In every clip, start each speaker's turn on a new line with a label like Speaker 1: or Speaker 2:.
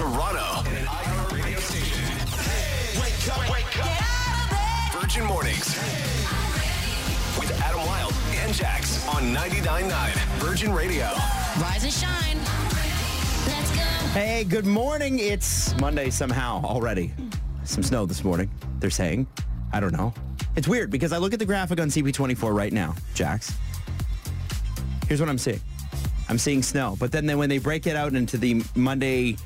Speaker 1: Toronto, and an iHeart radio station. Wake up, wake up. Virgin Mornings with Adam Wilde and Jax on 99.9 Virgin Radio.
Speaker 2: Rise and shine. Let's go.
Speaker 3: Hey, good morning. It's Monday somehow already. Some snow this morning, they're saying. I don't know. It's weird because I look at the graphic on CB24 right now, Jax. Here's what I'm seeing. I'm seeing snow, but then they, when they break it out into the Monday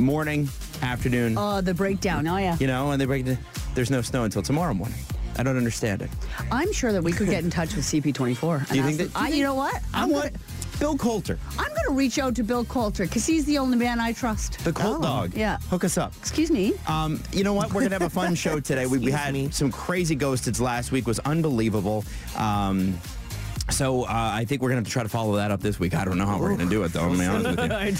Speaker 3: morning, afternoon,
Speaker 4: Oh, the breakdown. Oh, yeah.
Speaker 3: you know, and they break it, there's no snow until tomorrow morning. I don't understand it.
Speaker 4: I'm sure that we could get in touch with CP24. and
Speaker 3: Do you think
Speaker 4: ask
Speaker 3: that-
Speaker 4: them- I, you know what?
Speaker 3: I
Speaker 4: I'm
Speaker 3: want
Speaker 4: Gonna,
Speaker 3: Bill Coulter,
Speaker 4: I'm going to reach out to Bill Coulter because he's the only man I trust.
Speaker 3: the Colt Dog.
Speaker 4: Oh, yeah.
Speaker 3: Hook us up.
Speaker 4: Excuse me.
Speaker 3: Um, you know what? We're gonna have a fun show today. We, we had some crazy ghosteds last week. Was unbelievable. Um, so uh, I think we're gonna have to try to follow that up this week. I don't know how we're gonna do it though. I'm gonna be honest with you.
Speaker 5: I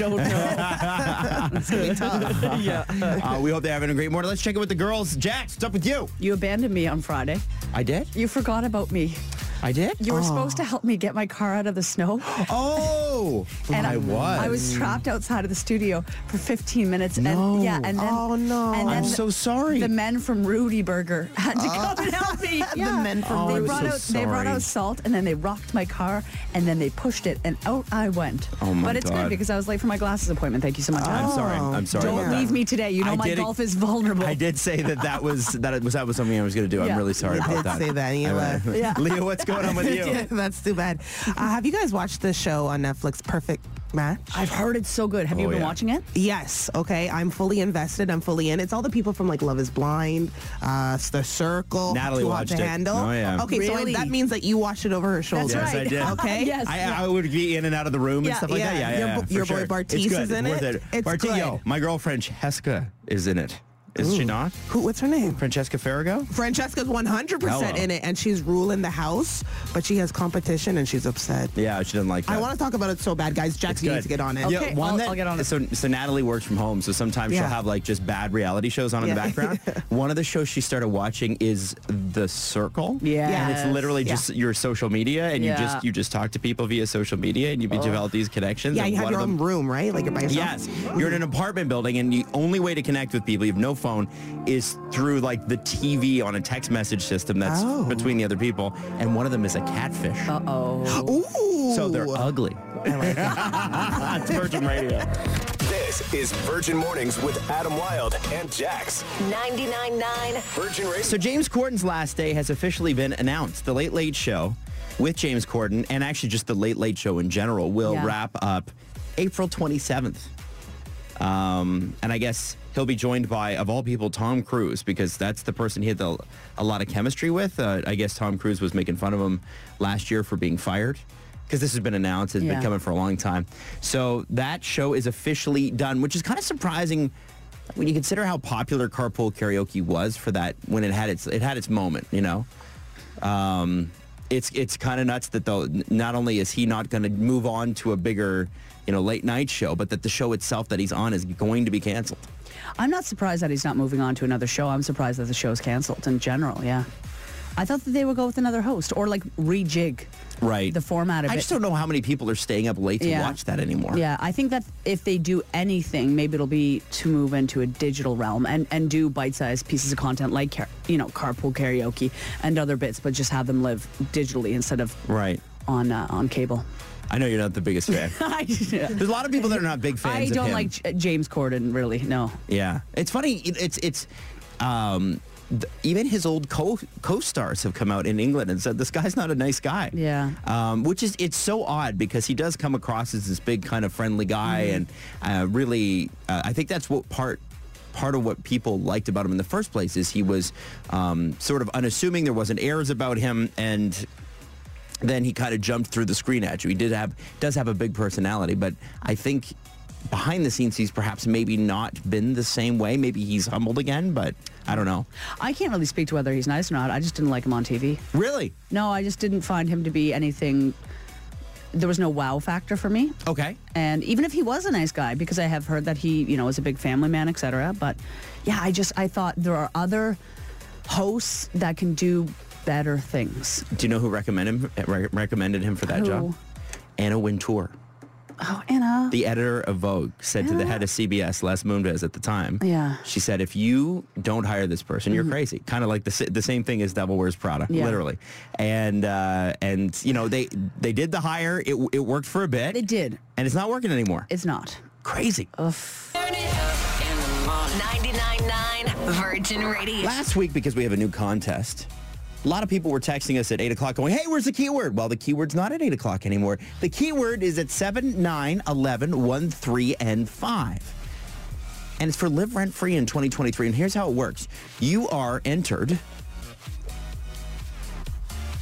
Speaker 5: don't know. yeah.
Speaker 3: Uh, we hope they're having a great morning. Let's check in with the girls. Jax, what's up with you?
Speaker 4: You abandoned me on Friday.
Speaker 3: I did.
Speaker 4: You forgot about me.
Speaker 3: I did.
Speaker 4: You were supposed to help me get my car out of the snow.
Speaker 3: Oh, I, was.
Speaker 4: I was trapped outside of the studio for 15 minutes.
Speaker 3: No.
Speaker 4: And, yeah, and then,
Speaker 5: Oh, no.
Speaker 4: And then
Speaker 3: I'm so sorry.
Speaker 4: The men from Rudy Burger had to come and help me. Yeah.
Speaker 5: men from
Speaker 4: they
Speaker 3: Rudy.
Speaker 4: brought
Speaker 3: I'm so
Speaker 4: out They brought
Speaker 3: sorry.
Speaker 4: out salt, and then they rocked my car, and then they pushed it, and out I went.
Speaker 3: Oh, my
Speaker 4: But it's
Speaker 3: God.
Speaker 4: good because I was late for my glasses appointment. Thank you so much. Oh,
Speaker 3: I'm sorry. I'm sorry.
Speaker 4: Don't
Speaker 3: about that.
Speaker 4: leave me today. You know
Speaker 3: I
Speaker 4: my
Speaker 3: did-
Speaker 4: golf is vulnerable.
Speaker 3: I did say that that was that it was that was something I was going to do.
Speaker 4: Yeah.
Speaker 3: I'm really sorry
Speaker 4: You
Speaker 3: about
Speaker 4: did
Speaker 3: that.
Speaker 5: say that, and you
Speaker 3: I-
Speaker 5: left.
Speaker 4: Yeah.
Speaker 3: Leah, what's going on with you?
Speaker 5: That's too bad. Uh, have you guys watched the show on Netflix, Perfect Match?
Speaker 4: I've heard it's so good. Have you
Speaker 3: Oh,
Speaker 4: been
Speaker 3: yeah.
Speaker 4: watching it?
Speaker 5: Yes. Okay. I'm fully invested. I'm fully in. It's all the people from like Love Is Blind, uh, The Circle,
Speaker 3: Natalie
Speaker 5: Too Hot
Speaker 3: watched
Speaker 5: to
Speaker 3: it.
Speaker 5: Handle.
Speaker 3: Oh, yeah.
Speaker 5: Okay, so
Speaker 4: Really?
Speaker 5: that means that you watched it over her shoulder.
Speaker 3: Yes, I
Speaker 4: right.
Speaker 3: did.
Speaker 5: Okay.
Speaker 4: Yes.
Speaker 3: I, I would be in and out of the room and
Speaker 4: Yeah,
Speaker 3: stuff like that.
Speaker 5: yeah.
Speaker 3: Yeah, yeah.
Speaker 5: Your
Speaker 3: yeah,
Speaker 5: bo-
Speaker 3: for
Speaker 5: your boy
Speaker 3: sure.
Speaker 5: Bartiz
Speaker 3: It's good.
Speaker 5: is in
Speaker 3: Worth
Speaker 5: it. It's
Speaker 3: Bartillo,
Speaker 5: good.
Speaker 3: my girlfriend Cheska is in it. Is she not?
Speaker 5: Who? What's her name?
Speaker 3: Francesca Farrago?
Speaker 5: Francesca's 100%
Speaker 3: Hello.
Speaker 5: in it, and she's ruling the house, but she has competition and she's upset.
Speaker 3: Yeah, she doesn't like that.
Speaker 5: I want to talk about it so bad, guys. Jack, you need to get on it.
Speaker 4: Okay. Oh,
Speaker 3: yeah, one
Speaker 4: I'll-
Speaker 3: that,
Speaker 4: I'll get on it.
Speaker 3: So, so Natalie works from home, so sometimes she'll
Speaker 5: Yeah.
Speaker 3: have like just bad reality shows on in the
Speaker 5: Yeah.
Speaker 3: background. one of the shows she started watching is The Circle.
Speaker 4: Yes.
Speaker 3: and it's literally just your social media, and you
Speaker 4: Yeah.
Speaker 3: just you just talk to people via social media, and you develop these connections.
Speaker 5: Oh. Yeah,
Speaker 3: and
Speaker 5: you have
Speaker 3: one
Speaker 5: your
Speaker 3: of them-
Speaker 5: own room, right? Like you're by yourself.
Speaker 3: Yes, you're in an apartment building, and the only way to connect with people, you have no phone, is through like the TV on a text message system that's
Speaker 5: Oh.
Speaker 3: between the other people, and one of them is a catfish.
Speaker 4: Uh oh.
Speaker 5: Ooh.
Speaker 3: So they're ugly. it's Virgin Radio.
Speaker 1: This is Virgin Mornings with Adam Wilde and Jax.
Speaker 2: 99.9
Speaker 1: Virgin Radio.
Speaker 3: So James Corden's last day has officially been announced. The Late Late Show with James Corden, and actually just the Late Late Show in general, will
Speaker 4: Yeah.
Speaker 3: wrap up April 27th. Um, and I guess he'll be joined by, of all people, Tom Cruise, because that's the person he had the, a lot of chemistry with. Uh, I guess Tom Cruise was making fun of him last year for being fired, because this has been announced. It's been
Speaker 4: Yeah.
Speaker 3: coming for a long time. So that show is officially done, which is kind of surprising when you consider how popular Carpool Karaoke was for that when it had its it had its moment. You know. Um, it's it's kind of nuts that though n- not only is he not going to move on to a bigger you know late night show, but that the show itself that he's on is going to be canceled.
Speaker 4: I'm not surprised that he's not moving on to another show. I'm surprised that the show's canceled in general. Yeah. I thought that they would go with another host or like rejig
Speaker 3: Right.
Speaker 4: the format of
Speaker 3: I
Speaker 4: it.
Speaker 3: just don't know how many people are staying up late to
Speaker 4: Yeah.
Speaker 3: watch that anymore.
Speaker 4: Yeah, I think that if they do anything, maybe it'll be to move into a digital realm and, and do bite-sized pieces of content like, car- you know, carpool karaoke and other bits, but just have them live digitally instead of
Speaker 3: Right.
Speaker 4: on uh, on cable.
Speaker 3: I know you're not the biggest fan.
Speaker 4: I,
Speaker 3: There's a lot of people that are not big fans.
Speaker 4: I
Speaker 3: of
Speaker 4: don't
Speaker 3: him.
Speaker 4: like J- James Corden, really, no.
Speaker 3: Yeah, it's funny. it- It's it's um, th- even his old co co stars have come out in England and said this guy's not a nice guy.
Speaker 4: Yeah.
Speaker 3: um, which is it's so odd because he does come across as this big kind of friendly guy
Speaker 4: Mm-hmm.
Speaker 3: and uh, really, uh, I think that's what part. Part of what people liked about him in the first place is he was um, sort of unassuming. There wasn't airs about him, and then he kind of jumped through the screen at you. He did have does have a big personality, but I think behind the scenes he's perhaps maybe not been the same way. Maybe he's humbled again, but I don't know.
Speaker 4: I can't really speak to whether he's nice or not. I just didn't like him on TV.
Speaker 3: Really?
Speaker 4: No, I just didn't find him to be anything. There was no wow factor for me.
Speaker 3: Okay.
Speaker 4: and even if he was a nice guy because i have heard that he you know is a big family man etc but yeah i just i thought there are other hosts that can do better things
Speaker 3: eh, Do you know who recommended him, re- recommended him for that
Speaker 4: Who?
Speaker 3: job? Anna Wintour.
Speaker 4: Oh, Anna.
Speaker 3: The editor of Vogue said to the head of CBS, Les Moonves at the time,
Speaker 4: Yeah. Mm-hmm.
Speaker 3: she said, if you don't hire this person, you're crazy. Kind of like the, sa- the same thing as Devil Wears Prada,
Speaker 4: Yeah.
Speaker 3: literally. And, uh, and you know, they, they did the hire. It, it worked for a bit.
Speaker 4: They did.
Speaker 3: And it's not working anymore.
Speaker 4: It's not.
Speaker 3: crazy.
Speaker 2: Turn it up in the morning. 99.9 Virgin Radio.
Speaker 3: Last week, because we have a new contest, a lot of people were texting us at 8 o'clock going, hey, where's the keyword? Well, the keyword's not at 8 o'clock anymore. The keyword is at 7, 9, 11, 1, 3, and 5. And it's for Live Rent Free in 2023. And here's how it works. You are entered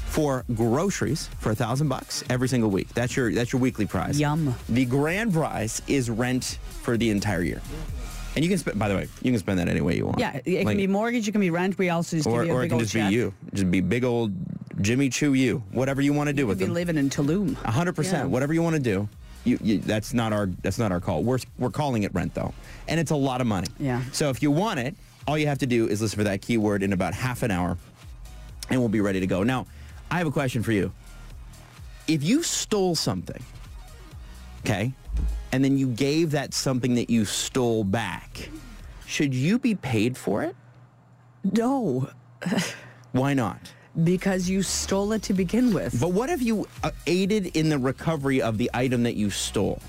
Speaker 3: for groceries for a thousand bucks every single week. That's your that's your weekly prize.
Speaker 4: Yum.
Speaker 3: The grand prize is rent for the entire year. And you can spend by the way, you can spend that any way you want.
Speaker 4: Yeah, it can
Speaker 3: Like-
Speaker 4: be mortgage, it can be rent. We also just
Speaker 3: or,
Speaker 4: give you a
Speaker 3: or it
Speaker 4: big
Speaker 3: can
Speaker 4: old
Speaker 3: just
Speaker 4: check.
Speaker 3: be you. Just be big old Jimmy Choo you. Whatever you want to do
Speaker 4: Could
Speaker 3: with
Speaker 4: be
Speaker 3: them.
Speaker 4: living in Tulum.
Speaker 3: A hundred percent.
Speaker 4: Yeah.
Speaker 3: Whatever you want to do. You, you, that's not our that's not our call. We're we're calling it rent though, and it's a lot of money.
Speaker 4: Yeah.
Speaker 3: So if you want it, all you have to do is listen for that keyword in about half an hour, and we'll be ready to go. Now, I have a question for you. If you stole something, okay, and then you gave that something that you stole back, should you be paid for it?
Speaker 4: No,
Speaker 3: Why not?
Speaker 4: because you stole it to begin with.
Speaker 3: But what if you uh, aided in the recovery of the item that you stole?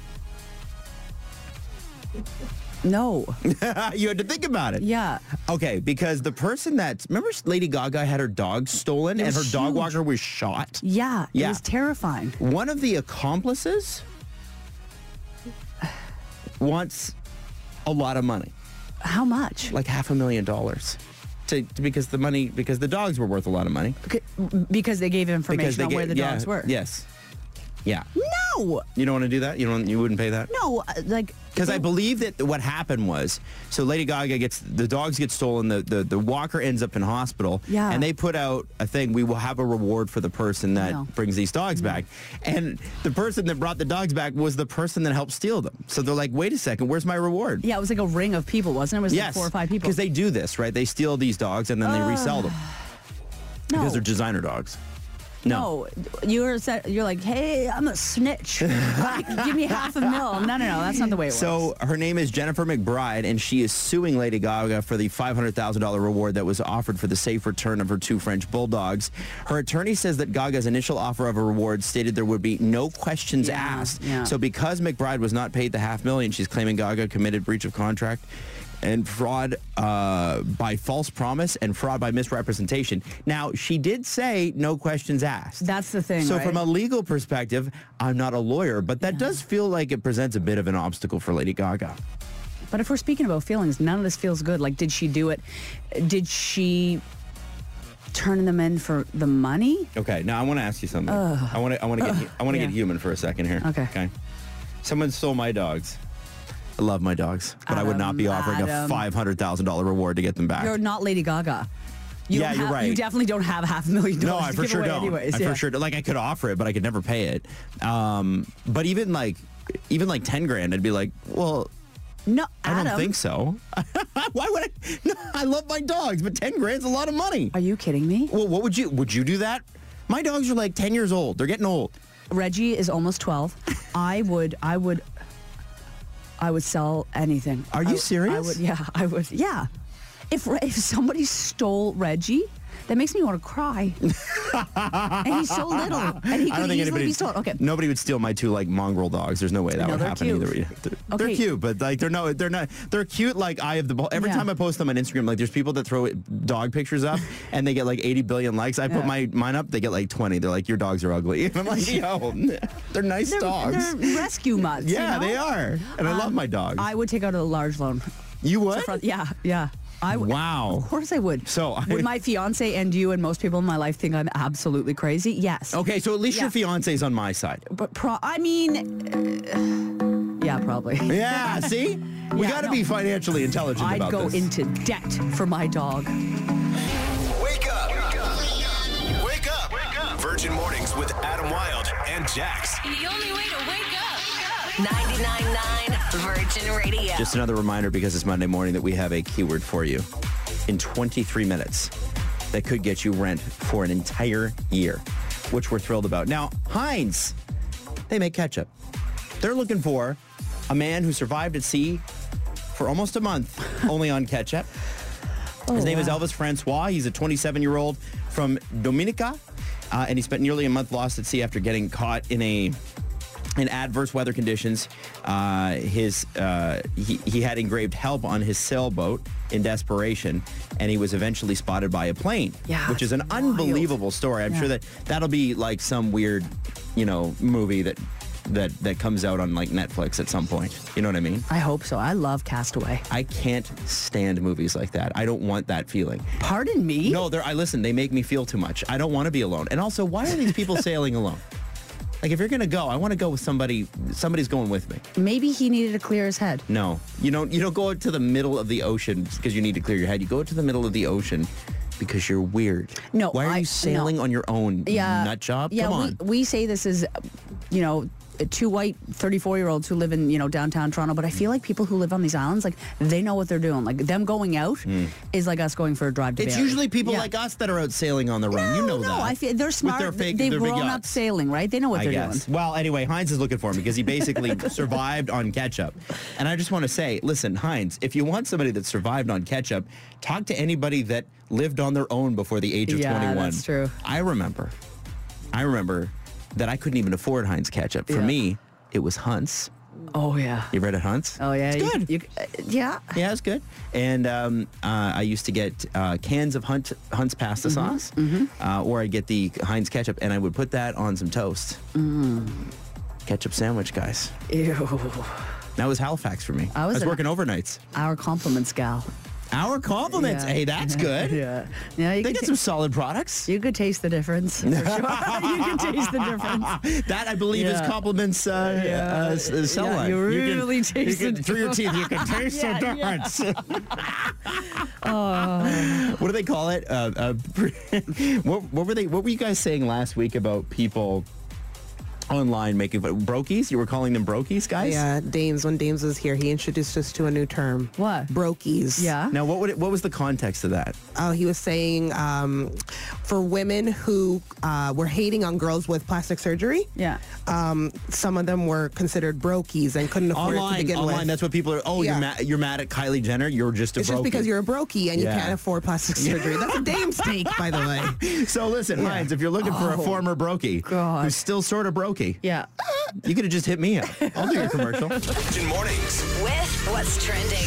Speaker 4: No.
Speaker 3: you had to think about it.
Speaker 4: Yeah.
Speaker 3: Okay, because the person that remember Lady Gaga had her dog stolen and her
Speaker 4: was
Speaker 3: dog
Speaker 4: huge.
Speaker 3: walker was shot.
Speaker 4: Yeah.
Speaker 3: Yeah.
Speaker 4: It was terrifying.
Speaker 3: One of the accomplices wants a lot of money,
Speaker 4: How much?
Speaker 3: like half a million dollars, to, to- because the money because the dogs were worth a lot of money
Speaker 4: C- Because they gave
Speaker 3: because
Speaker 4: information on
Speaker 3: get-
Speaker 4: where the
Speaker 3: yeah,
Speaker 4: dogs were.
Speaker 3: Yes, yeah.
Speaker 4: No.
Speaker 3: You don't want to do that. You don't. You wouldn't pay that.
Speaker 4: No. uh, Like.
Speaker 3: Because I believe that what happened was, so Lady Gaga gets the dogs get stolen, the, the the walker ends up in hospital,
Speaker 4: Yeah.
Speaker 3: and they put out a thing. We will have a reward for the person that
Speaker 4: No. Mm-hmm.
Speaker 3: brings these dogs back, and the person that brought the dogs back was the person that helped steal them. So they're like, wait a second, where's my reward?
Speaker 4: Yeah, it was like a ring of people, wasn't it? It was like
Speaker 3: yes,
Speaker 4: four or five people.
Speaker 3: Because they do this, right? They steal these dogs and then they resell them
Speaker 4: no.
Speaker 3: because they're designer dogs. No,
Speaker 4: No, you're sa- you're like, hey, I'm a snitch. Like, Give me half a mil. No, no, no, that's not the way it works.
Speaker 3: So her name is Jennifer McBride, and she is suing Lady Gaga for the $500,000 reward that was offered for the safe return of her two French bulldogs. Her attorney says that Gaga's initial offer of a reward stated there would be no questions
Speaker 4: Yeah,
Speaker 3: asked.
Speaker 4: yeah.
Speaker 3: So because McBride was not paid the half million, she's claiming Gaga committed breach of contract and fraud uh, by false promise and fraud by misrepresentation. Now, she did say no questions asked.
Speaker 4: That's the thing,
Speaker 3: So
Speaker 4: right?
Speaker 3: from a legal perspective, I'm not a lawyer, but that does feel like it presents a bit of an obstacle for Lady Gaga.
Speaker 4: But if we're speaking about feelings, none of this feels good. Like, did she do it? Did she turn them in for the money?
Speaker 3: Okay, now I want to ask you something. I want to I want to get I want to get
Speaker 4: Yeah.
Speaker 3: human for a second here.
Speaker 4: Okay.
Speaker 3: Okay. Someone stole my dogs. I love my dogs, but I would not be
Speaker 4: Adam,
Speaker 3: offering
Speaker 4: Adam.
Speaker 3: a five hundred thousand dollar reward to get them back.
Speaker 4: You're not Lady Gaga. You
Speaker 3: Yeah,
Speaker 4: don't
Speaker 3: you're
Speaker 4: have- You
Speaker 3: right.
Speaker 4: definitely don't have half a million
Speaker 3: no,
Speaker 4: dollars.
Speaker 3: I
Speaker 4: to
Speaker 3: for
Speaker 4: give
Speaker 3: sure
Speaker 4: away
Speaker 3: don't.
Speaker 4: Anyways,
Speaker 3: I
Speaker 4: yeah.
Speaker 3: for sure don't. like I could offer it, but I could never pay it. Um, but even like even like ten grand, I'd be like, well,
Speaker 4: No,
Speaker 3: I
Speaker 4: Adam,
Speaker 3: don't think so. Why would I? No, I love my dogs, but ten grand's a lot of money.
Speaker 4: Are you kidding me?
Speaker 3: Well, what would you would you do that? My dogs are like ten years old. They're getting old.
Speaker 4: Reggie is almost twelve. I would, I would, I would sell anything.
Speaker 3: Are
Speaker 4: I
Speaker 3: you
Speaker 4: w- I
Speaker 3: serious?
Speaker 4: would, yeah, I would, yeah. If Re- if somebody stole Reggie, that makes me want to cry. and he's so little, and he could easily be stolen. Okay,
Speaker 3: Nobody would steal my two like mongrel dogs. There's no way that
Speaker 4: No,
Speaker 3: would
Speaker 4: they're
Speaker 3: happen
Speaker 4: cute.
Speaker 3: either. They're, they're
Speaker 4: Okay.
Speaker 3: cute, but like they're no, they're not. They're cute. Like I have the ball. Every
Speaker 4: Yeah.
Speaker 3: time I post them on Instagram, like there's people that throw it- dog pictures up and they get like 80 billion likes. I put
Speaker 4: Yeah.
Speaker 3: my mine up, they get like 20. They're like, your dogs are ugly. And I'm like, yo, they're nice
Speaker 4: they're,
Speaker 3: dogs.
Speaker 4: they're rescue mutts. you
Speaker 3: yeah,
Speaker 4: know?
Speaker 3: they are. And I love
Speaker 4: Um,
Speaker 3: my dogs.
Speaker 4: I would take out a large loan.
Speaker 3: you would?
Speaker 4: Front- yeah, yeah. I w-
Speaker 3: Wow.
Speaker 4: Of course I would.
Speaker 3: So I-
Speaker 4: would my fiance and you and most people in my life think I'm absolutely crazy? Yes.
Speaker 3: Okay, so at least your
Speaker 4: Yeah.
Speaker 3: fiance's on my side.
Speaker 4: But pro- I mean, uh, yeah, probably.
Speaker 3: Yeah, see? We
Speaker 4: Yeah,
Speaker 3: got to
Speaker 4: no.
Speaker 3: be financially intelligent
Speaker 4: I'd
Speaker 3: about
Speaker 4: go
Speaker 3: this.
Speaker 4: into debt for my dog.
Speaker 1: Wake up. Wake up. Wake up. Virgin Mornings with Adam Wilde and Jax.
Speaker 2: The only way to wake up. 99.9 Virgin Radio.
Speaker 3: Just another reminder because it's Monday morning that we have a keyword for you in 23 minutes that could get you rent for an entire year, which we're thrilled about. Now, Heinz, they make ketchup. They're looking for a man who survived at sea for almost a month, only on ketchup.
Speaker 4: Oh,
Speaker 3: His name is Elvis Francois. He's a 27 year old from Dominica, uh, and he spent nearly a month lost at sea after getting caught in a in adverse weather conditions. Uh, his uh, he, he had engraved help on his sailboat in desperation, and he was eventually spotted by a plane,
Speaker 4: Yeah,
Speaker 3: which is an
Speaker 4: it's wild.
Speaker 3: unbelievable story. I'm
Speaker 4: Yeah.
Speaker 3: sure that that'll be like some weird, you know, movie that. That, that comes out on like Netflix at some point. You know what I mean?
Speaker 4: I hope so. I love Castaway.
Speaker 3: I can't stand movies like that. I don't want that feeling.
Speaker 4: Pardon me?
Speaker 3: No, they're, I listen. They make me feel too much. I don't want to be alone. And also, why are these people sailing alone? Like, if you're gonna go, I want to go with somebody. Somebody's going with me.
Speaker 4: Maybe he needed to clear his head.
Speaker 3: No, you don't. You don't go out to the middle of the ocean because you need to clear your head. You go out to the middle of the ocean because you're weird.
Speaker 4: No,
Speaker 3: why are
Speaker 4: I-
Speaker 3: you sailing
Speaker 4: no.
Speaker 3: on your own? you
Speaker 4: Yeah.
Speaker 3: nut job.
Speaker 4: Yeah,
Speaker 3: Come on.
Speaker 4: We, we say this is, you know, two white 34 year olds who live in, you know, downtown Toronto, but I feel like people who live on these islands, like, they know what they're doing. Like, them going out is like us going for a drive to
Speaker 3: Hmm. it's
Speaker 4: Bali.
Speaker 3: usually people
Speaker 4: Yeah.
Speaker 3: like us that are out sailing on the run.
Speaker 4: No,
Speaker 3: you know
Speaker 4: no,
Speaker 3: that.
Speaker 4: I feel they're
Speaker 3: With
Speaker 4: smart.
Speaker 3: their fake-
Speaker 4: They've
Speaker 3: their big
Speaker 4: grown up
Speaker 3: yachts.
Speaker 4: sailing, right? They know what
Speaker 3: I
Speaker 4: they're
Speaker 3: guess.
Speaker 4: doing.
Speaker 3: Well, anyway, Heinz is looking for him because he basically survived on ketchup. And I just want to say, listen, Heinz, if you want somebody that survived on ketchup, talk to anybody that lived on their own before the age of
Speaker 4: Yeah,
Speaker 3: 21.
Speaker 4: that's true.
Speaker 3: I remember. I remember that I couldn't even afford Heinz ketchup. For
Speaker 4: Yeah.
Speaker 3: me, it was Hunt's.
Speaker 4: Oh yeah.
Speaker 3: You read at Hunt's?
Speaker 4: Oh yeah.
Speaker 3: It's
Speaker 4: you-
Speaker 3: good.
Speaker 4: you- uh, yeah.
Speaker 3: Yeah, it's good. And um, uh, I used to get uh, cans of Hunt, Hunt's
Speaker 4: Mm-hmm.
Speaker 3: pasta sauce, uh, or I'd get the Heinz ketchup, and I would put that on some toast.
Speaker 4: Mm.
Speaker 3: Ketchup sandwich, guys.
Speaker 4: Ew.
Speaker 3: That was Halifax for me.
Speaker 4: I was in-
Speaker 3: working overnights.
Speaker 4: Our compliments, gal.
Speaker 3: Our compliments.
Speaker 4: Yeah.
Speaker 3: Hey, that's good.
Speaker 4: Yeah. Yeah. You
Speaker 3: They
Speaker 4: can
Speaker 3: get
Speaker 4: ta-
Speaker 3: some solid products.
Speaker 4: You could taste the difference. For sure. you can taste the difference.
Speaker 3: That I believe is
Speaker 4: Yeah.
Speaker 3: compliments uh, uh, s- uh, cell
Speaker 4: Yeah,
Speaker 3: line.
Speaker 4: you
Speaker 3: can-
Speaker 4: really
Speaker 3: you
Speaker 4: taste
Speaker 3: can-
Speaker 4: the
Speaker 3: through your teeth. You can taste
Speaker 4: Yeah,
Speaker 3: the difference.
Speaker 5: Oh.
Speaker 3: What do they call it? Uh, uh, what, what were they? What were you guys saying last week about people online making fun- brokies? You were calling them brokies, guys.
Speaker 5: Yeah, Dames, when Dames was here, he introduced us to a new term.
Speaker 4: What?
Speaker 5: Brokies.
Speaker 4: Yeah.
Speaker 3: Now, what would it, what was the context of that?
Speaker 5: Oh, he was saying um, for women who uh, were hating on girls with plastic surgery,
Speaker 4: Yeah.
Speaker 5: um, some of them were considered brokies and couldn't afford it to
Speaker 3: Online,
Speaker 5: begin
Speaker 3: online.
Speaker 5: with.
Speaker 3: That's what people are. Oh,
Speaker 5: Yeah.
Speaker 3: you're mad. You're mad at Kylie Jenner. You're just a
Speaker 5: it's
Speaker 3: brokie.
Speaker 5: just because you're a brokey and
Speaker 3: Yeah.
Speaker 5: you can't afford plastic surgery. That's a Dame's take, by the way.
Speaker 3: So listen, Hines, if you're looking for
Speaker 5: Oh,
Speaker 3: a former brokey
Speaker 4: God.
Speaker 3: who's still sort of brokey,
Speaker 4: Yeah.
Speaker 3: you could have just hit me up. I'll do your commercial.
Speaker 1: Virgin Mornings.
Speaker 2: With what's trending.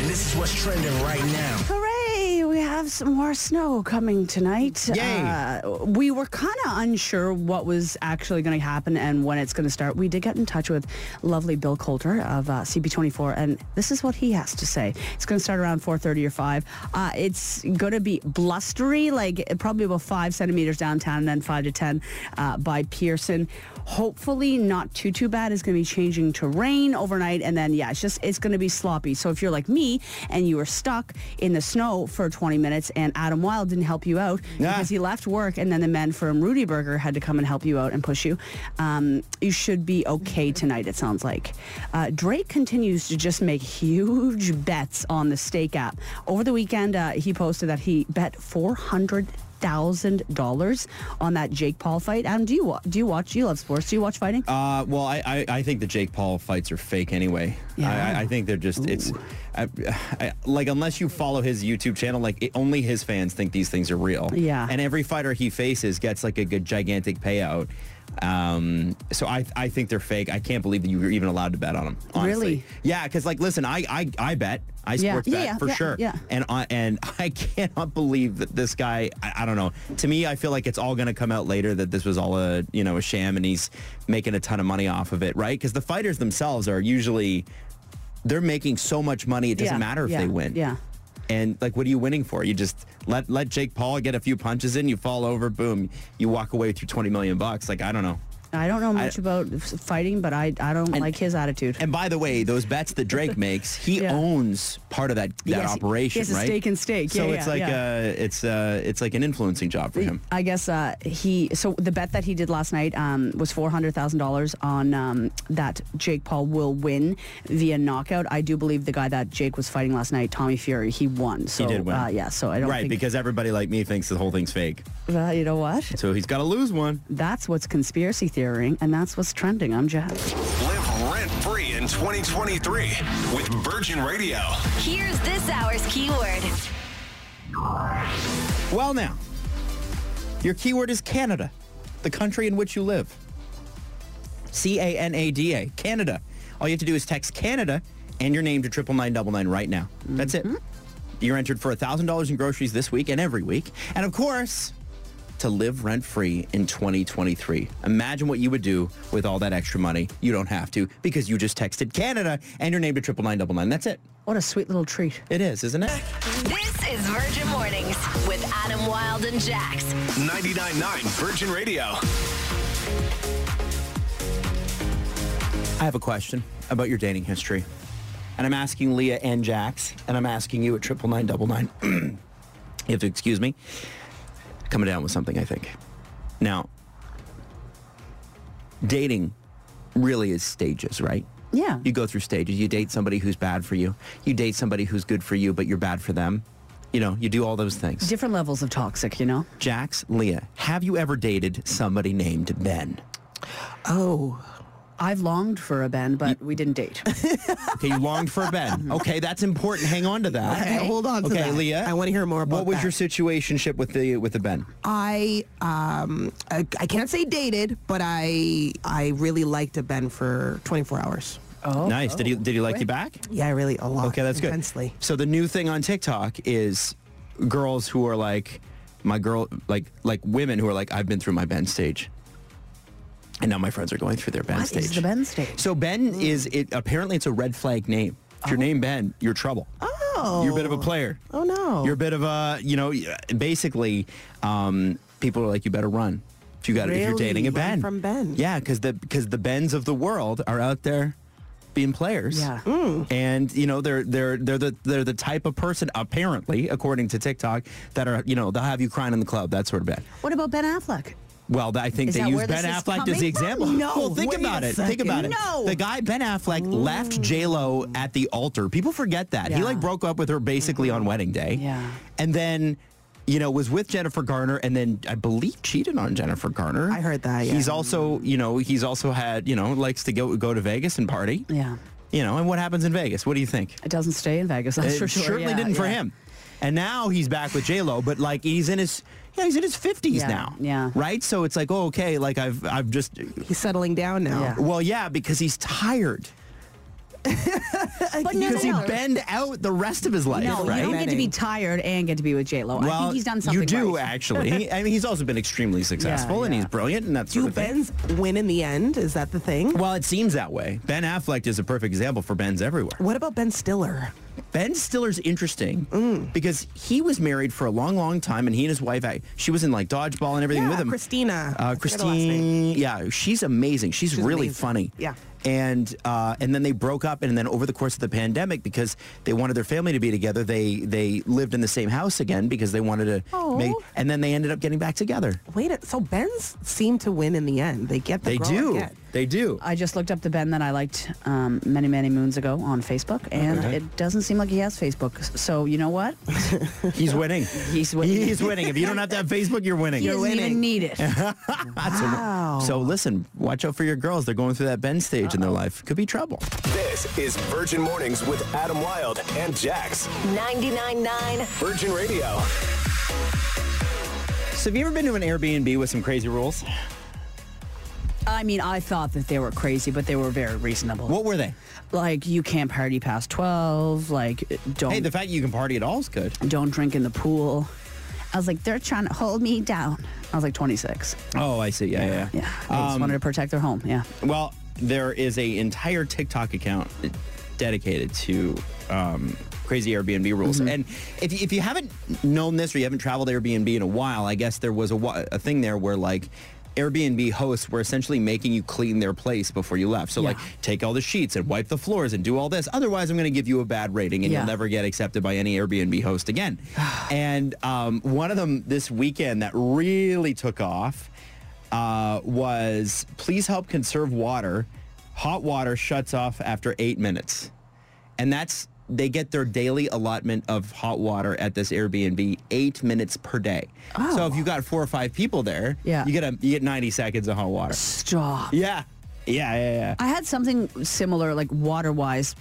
Speaker 1: And this is what's trending right now.
Speaker 4: Hooray! We have some more snow coming tonight.
Speaker 3: Yay.
Speaker 4: Uh, we were kind of unsure what was actually going to happen and when it's going to start. We did get in touch with lovely Bill Coulter of uh, CP24, and this is what he has to say. It's going to start around 4:30 or 5. Uh, it's going to be blustery, like probably about five centimeters downtown, and then five to ten uh, by Pearson. Hopefully, not too too bad. It's going to be changing to rain overnight, and then yeah, it's just it's going to be sloppy. So if you're like me and you were stuck in the snow for 20 minutes, and Adam Wilde didn't help you out
Speaker 3: Nah.
Speaker 4: because he left work, and then the men from Rudy Burger had to come and help you out and push you. Um, you should be okay tonight. It sounds like uh, Drake continues to just make huge bets on the stake app. Over the weekend, uh, he posted that he bet 400 thousand dollars on that Jake Paul fight. Adam, do you wa- do you watch? You love sports. Do you watch fighting?
Speaker 3: Uh, well, I, I, I think the Jake Paul fights are fake anyway.
Speaker 4: Yeah.
Speaker 3: I- I, I think they're just it's I, I, like unless you follow his YouTube channel, like it, only his fans think these things are real.
Speaker 4: Yeah.
Speaker 3: and every fighter he faces gets like a good gigantic payout. Um, so I I think they're fake. I can't believe that you were even allowed to bet on them. Honestly.
Speaker 4: Really?
Speaker 3: Yeah, because like listen, I I, I bet. I
Speaker 4: Yeah.
Speaker 3: sports
Speaker 4: Yeah,
Speaker 3: bet
Speaker 4: yeah,
Speaker 3: for
Speaker 4: yeah,
Speaker 3: sure.
Speaker 4: yeah.
Speaker 3: And I and I cannot believe that this guy. I, I don't know. To me, I feel like it's all going to come out later that this was all a you know a sham, and he's making a ton of money off of it, right? Because the fighters themselves are usually they're making so much money it doesn't
Speaker 4: Yeah,
Speaker 3: matter if
Speaker 4: yeah,
Speaker 3: they win.
Speaker 4: yeah.
Speaker 3: And like, what are you winning for? You just let let Jake Paul get a few punches in, you fall over, boom, you walk away with your twenty million bucks. Like I don't know.
Speaker 4: I don't know much about about s- fighting, but I, I don't like his attitude.
Speaker 3: And by the way, those bets that Drake makes, he
Speaker 4: Yeah.
Speaker 3: owns part of that, that
Speaker 4: Yes, he-
Speaker 3: operation,
Speaker 4: he has a
Speaker 3: right?
Speaker 4: stake in stake.
Speaker 3: So
Speaker 4: Yeah,
Speaker 3: it's
Speaker 4: yeah,
Speaker 3: like
Speaker 4: yeah.
Speaker 3: uh it's uh it's like an influencing job for him.
Speaker 4: I guess uh, he. So the bet that he did last night um, was four hundred thousand dollars on um, that Jake Paul will win via knockout. I do believe the guy that Jake was fighting last night, Tommy Fury, he won. So
Speaker 3: did win.
Speaker 4: Uh, yeah. So I don't
Speaker 3: Right,
Speaker 4: think,
Speaker 3: because everybody like me thinks the whole thing's fake.
Speaker 4: uh, you know what?
Speaker 3: So he's got to lose one.
Speaker 4: That's what's conspiracy theorying, and that's what's trending. I'm Jack.
Speaker 1: Live in 2023 with Virgin Radio.
Speaker 2: Here's this hour's keyword.
Speaker 3: Well, now, your keyword is Canada, the country in which you live. C A N A D A, Canada. All you have to do is text Canada and your name to triple nine double nine right now. That's it. You're entered for thousand dollars in groceries this week and every week, and of course, to live rent free in 2023. Imagine what you would do with all that extra money. You don't have to because you just texted Canada and your name to triple nine double nine. That's it.
Speaker 4: What a sweet little treat.
Speaker 3: It is, isn't it?
Speaker 2: This is Virgin Mornings with Adam Wilde and Jax.
Speaker 1: 99.9 Virgin Radio.
Speaker 3: I have a question about your dating history. And I'm asking Leah and Jax, and I'm asking you at triple nine double nine. You have to excuse me. Coming down with something, I think. Now, dating really is stages, right?
Speaker 4: Yeah.
Speaker 3: You go through stages. You date somebody who's bad for you. You date somebody who's good for you, but you're bad for them. You know, you do all those things.
Speaker 4: Different levels of toxic, you know?
Speaker 3: Jax, Leah, have you ever dated somebody named Ben?
Speaker 5: Oh,
Speaker 4: I've longed for a Ben, but we didn't date.
Speaker 3: Okay, you longed for Ben. Okay, that's important. Hang on to that.
Speaker 5: Okay, hold on to
Speaker 3: Okay,
Speaker 5: that.
Speaker 3: Leah.
Speaker 5: I wanna hear more about
Speaker 3: What was
Speaker 5: that.
Speaker 3: your situationship with the with the Ben?
Speaker 5: I um I, I can't say dated, but I I really liked a Ben for 24 hours.
Speaker 4: Oh.
Speaker 3: nice. Did he did he like you back?
Speaker 5: Yeah, I really a lot.
Speaker 3: Okay, that's good.
Speaker 5: intensely.
Speaker 3: So the new thing on TikTok is girls who are like my girl like like women who are like I've been through my Ben stage. And now my friends are going through their Ben
Speaker 4: What
Speaker 3: stage.
Speaker 4: is the Ben stage?
Speaker 3: So Ben
Speaker 5: Hmm.
Speaker 3: is it apparently it's a red flag name. If your name Ben, you're trouble.
Speaker 5: Oh.
Speaker 3: You're a bit of a player.
Speaker 5: Oh, no.
Speaker 3: You're a bit of a, you know, basically, um, people are like, you better run if you got if you're
Speaker 5: Really?
Speaker 3: dating a
Speaker 5: Run
Speaker 3: Ben.
Speaker 5: from Ben.
Speaker 3: Yeah, because the because the Bens of the world are out there being players.
Speaker 4: Yeah.
Speaker 3: And you know they're they're they're the they're the type of person apparently according to TikTok that are you know they'll have you crying in the club that sort of bad.
Speaker 4: What about Ben Affleck?
Speaker 3: Well, th- I think
Speaker 4: Is
Speaker 3: they
Speaker 4: that
Speaker 3: use
Speaker 4: where
Speaker 3: Ben
Speaker 4: this is
Speaker 3: Affleck
Speaker 4: coming
Speaker 3: as the
Speaker 4: from?
Speaker 3: example.
Speaker 4: No,
Speaker 3: well, think
Speaker 4: wait
Speaker 3: about
Speaker 4: a
Speaker 3: it. Think about it.
Speaker 4: second. No.
Speaker 3: The guy Ben Affleck left J Lo at the altar. People forget that he
Speaker 4: Yeah. Mm-hmm.
Speaker 3: like broke up with her basically on wedding day.
Speaker 4: Yeah.
Speaker 3: and then. You know, was with Jennifer Garner, and then I believe cheated on Jennifer Garner.
Speaker 5: I heard that, yeah.
Speaker 3: He's also, you know, he's also had, you know, likes to go go to Vegas and party.
Speaker 4: Yeah.
Speaker 3: You know, and what happens in Vegas? What do you think?
Speaker 4: It doesn't stay in Vegas, that's
Speaker 3: it
Speaker 4: for sure.
Speaker 3: certainly
Speaker 4: Yeah,
Speaker 3: didn't for
Speaker 4: yeah.
Speaker 3: him. And now he's back with J Lo, but like he's in his yeah, he's in his fifties
Speaker 4: Yeah,
Speaker 3: now.
Speaker 4: yeah.
Speaker 3: Right? So it's like, oh, okay, like I've I've just
Speaker 5: He's settling down now.
Speaker 4: Yeah.
Speaker 3: well, yeah, because he's tired.
Speaker 4: But no,
Speaker 3: Because
Speaker 4: no,
Speaker 3: he
Speaker 4: no.
Speaker 3: bend out the rest of his life,
Speaker 4: No,
Speaker 3: right?
Speaker 4: you don't get to be tired and get to be with J Lo. I
Speaker 3: well,
Speaker 4: think he's done something.
Speaker 3: you do
Speaker 4: right.
Speaker 3: actually. He- I mean, he's also been extremely successful, and
Speaker 4: yeah.
Speaker 3: he's brilliant, and that's
Speaker 5: Do
Speaker 3: sort of thing.
Speaker 5: Ben's win in the end? Is that the thing?
Speaker 3: Well, it seems that way. Ben Affleck is a perfect example for Ben's everywhere.
Speaker 5: What about Ben Stiller?
Speaker 3: Ben Stiller's interesting
Speaker 4: Mm.
Speaker 3: because he was married for a long, long time, and he and his wife, I- she was in like dodgeball and everything
Speaker 5: Yeah,
Speaker 3: with him.
Speaker 5: Christina.
Speaker 3: uh,
Speaker 5: I forget the last name.
Speaker 3: Christine. Yeah, she's amazing. She's, really
Speaker 5: amazing.
Speaker 3: funny.
Speaker 5: Yeah.
Speaker 3: And uh, and then they broke up, and then over the course of the pandemic, because they wanted their family to be together, they they lived in the same house again because they wanted to.
Speaker 5: Oh.
Speaker 3: Make, and then they ended up getting back together.
Speaker 5: Wait, a- so Ben's seem to win in the end. They get the
Speaker 3: They
Speaker 5: girl
Speaker 3: do.
Speaker 5: again.
Speaker 3: They do.
Speaker 4: I just looked up the Ben that I liked um, many, many moons ago on Facebook, and
Speaker 3: Okay.
Speaker 4: it doesn't seem like he has Facebook. So you know what?
Speaker 3: He's winning.
Speaker 4: He's winning.
Speaker 3: He's winning. If you don't have to have Facebook, you're winning.
Speaker 4: He doesn't even need it.
Speaker 5: Wow.
Speaker 3: So listen, watch out for your girls. They're going through that Ben stage in their life. Could be trouble.
Speaker 1: This is Virgin Mornings with Adam Wilde and Jax.
Speaker 2: 99.9
Speaker 1: Virgin Radio.
Speaker 3: So have you ever been to an Airbnb with some crazy rules?
Speaker 4: I mean, I thought that they were crazy, but they were very reasonable.
Speaker 3: What were they?
Speaker 4: Like you can't party past twelve. Like don't
Speaker 3: Hey, the fact you can party at all is good.
Speaker 4: don't drink in the pool. I was like, they're trying to hold me down. I was like 26.
Speaker 3: Oh, I see. Yeah, yeah. Uh,
Speaker 4: Yeah, I just
Speaker 3: Um,
Speaker 4: wanted to protect their home. Yeah.
Speaker 3: Well, there is a entire TikTok account dedicated to um, crazy Airbnb rules.
Speaker 4: Mm-hmm.
Speaker 3: And if you, if you haven't known this or you haven't traveled Airbnb in a while, I guess there was a, wa- a thing there where like Airbnb hosts were essentially making you clean their place before you left. So like
Speaker 4: Yeah.
Speaker 3: take all the sheets and wipe the floors and do all this. Otherwise, I'm going to give you a bad rating and
Speaker 4: Yeah.
Speaker 3: you'll never get accepted by any Airbnb host again. and um, one of them this weekend that really took off uh, was please help conserve water. Hot water shuts off after eight minutes. And that's, they get their daily allotment of hot water at this Airbnb, eight minutes per day. So if you got four or five people there,
Speaker 4: Oh. Yeah.
Speaker 3: you get a, you get 90 seconds of hot water.
Speaker 4: Stop.
Speaker 3: Yeah.
Speaker 6: Yeah, yeah, yeah.
Speaker 4: I had something similar, like water wise,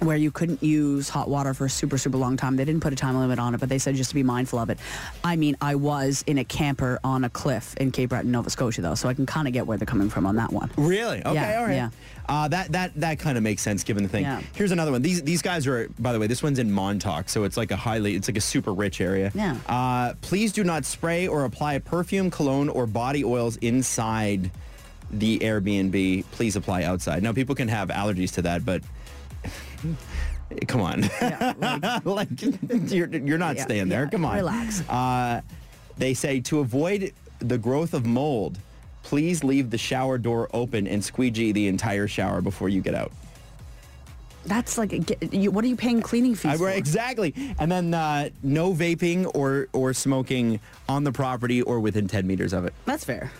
Speaker 4: where you couldn't use hot water for a super, super long time. They didn't put a time limit on it, but they said just to be mindful of it. I mean, I was in a camper on a cliff in Cape Breton, Nova Scotia, though, so I can kind of get where they're coming from on that one.
Speaker 3: Really? Okay,
Speaker 4: Yeah,
Speaker 3: all right.
Speaker 4: yeah.
Speaker 3: Uh, that that that kind of makes sense given the thing.
Speaker 4: Yeah.
Speaker 3: Here's another one. These these guys are by the way, this one's in Montauk, so it's like a highly it's like a super rich area.
Speaker 4: Yeah.
Speaker 3: Uh, please do not spray or apply perfume, cologne, or body oils inside the Airbnb. Please apply outside. Now people can have allergies to that, but come on. like you're you're not
Speaker 4: Yeah,
Speaker 3: staying there.
Speaker 4: yeah,
Speaker 3: come on.
Speaker 4: relax.
Speaker 3: Uh, they say to avoid the growth of mold, please leave the shower door open and squeegee the entire shower before you get out.
Speaker 4: That's like, a, get- you, what are you paying cleaning fees
Speaker 3: I-
Speaker 4: for?
Speaker 3: exactly. And then uh, no vaping or or smoking on the property or within 10 meters of it.
Speaker 4: That's fair.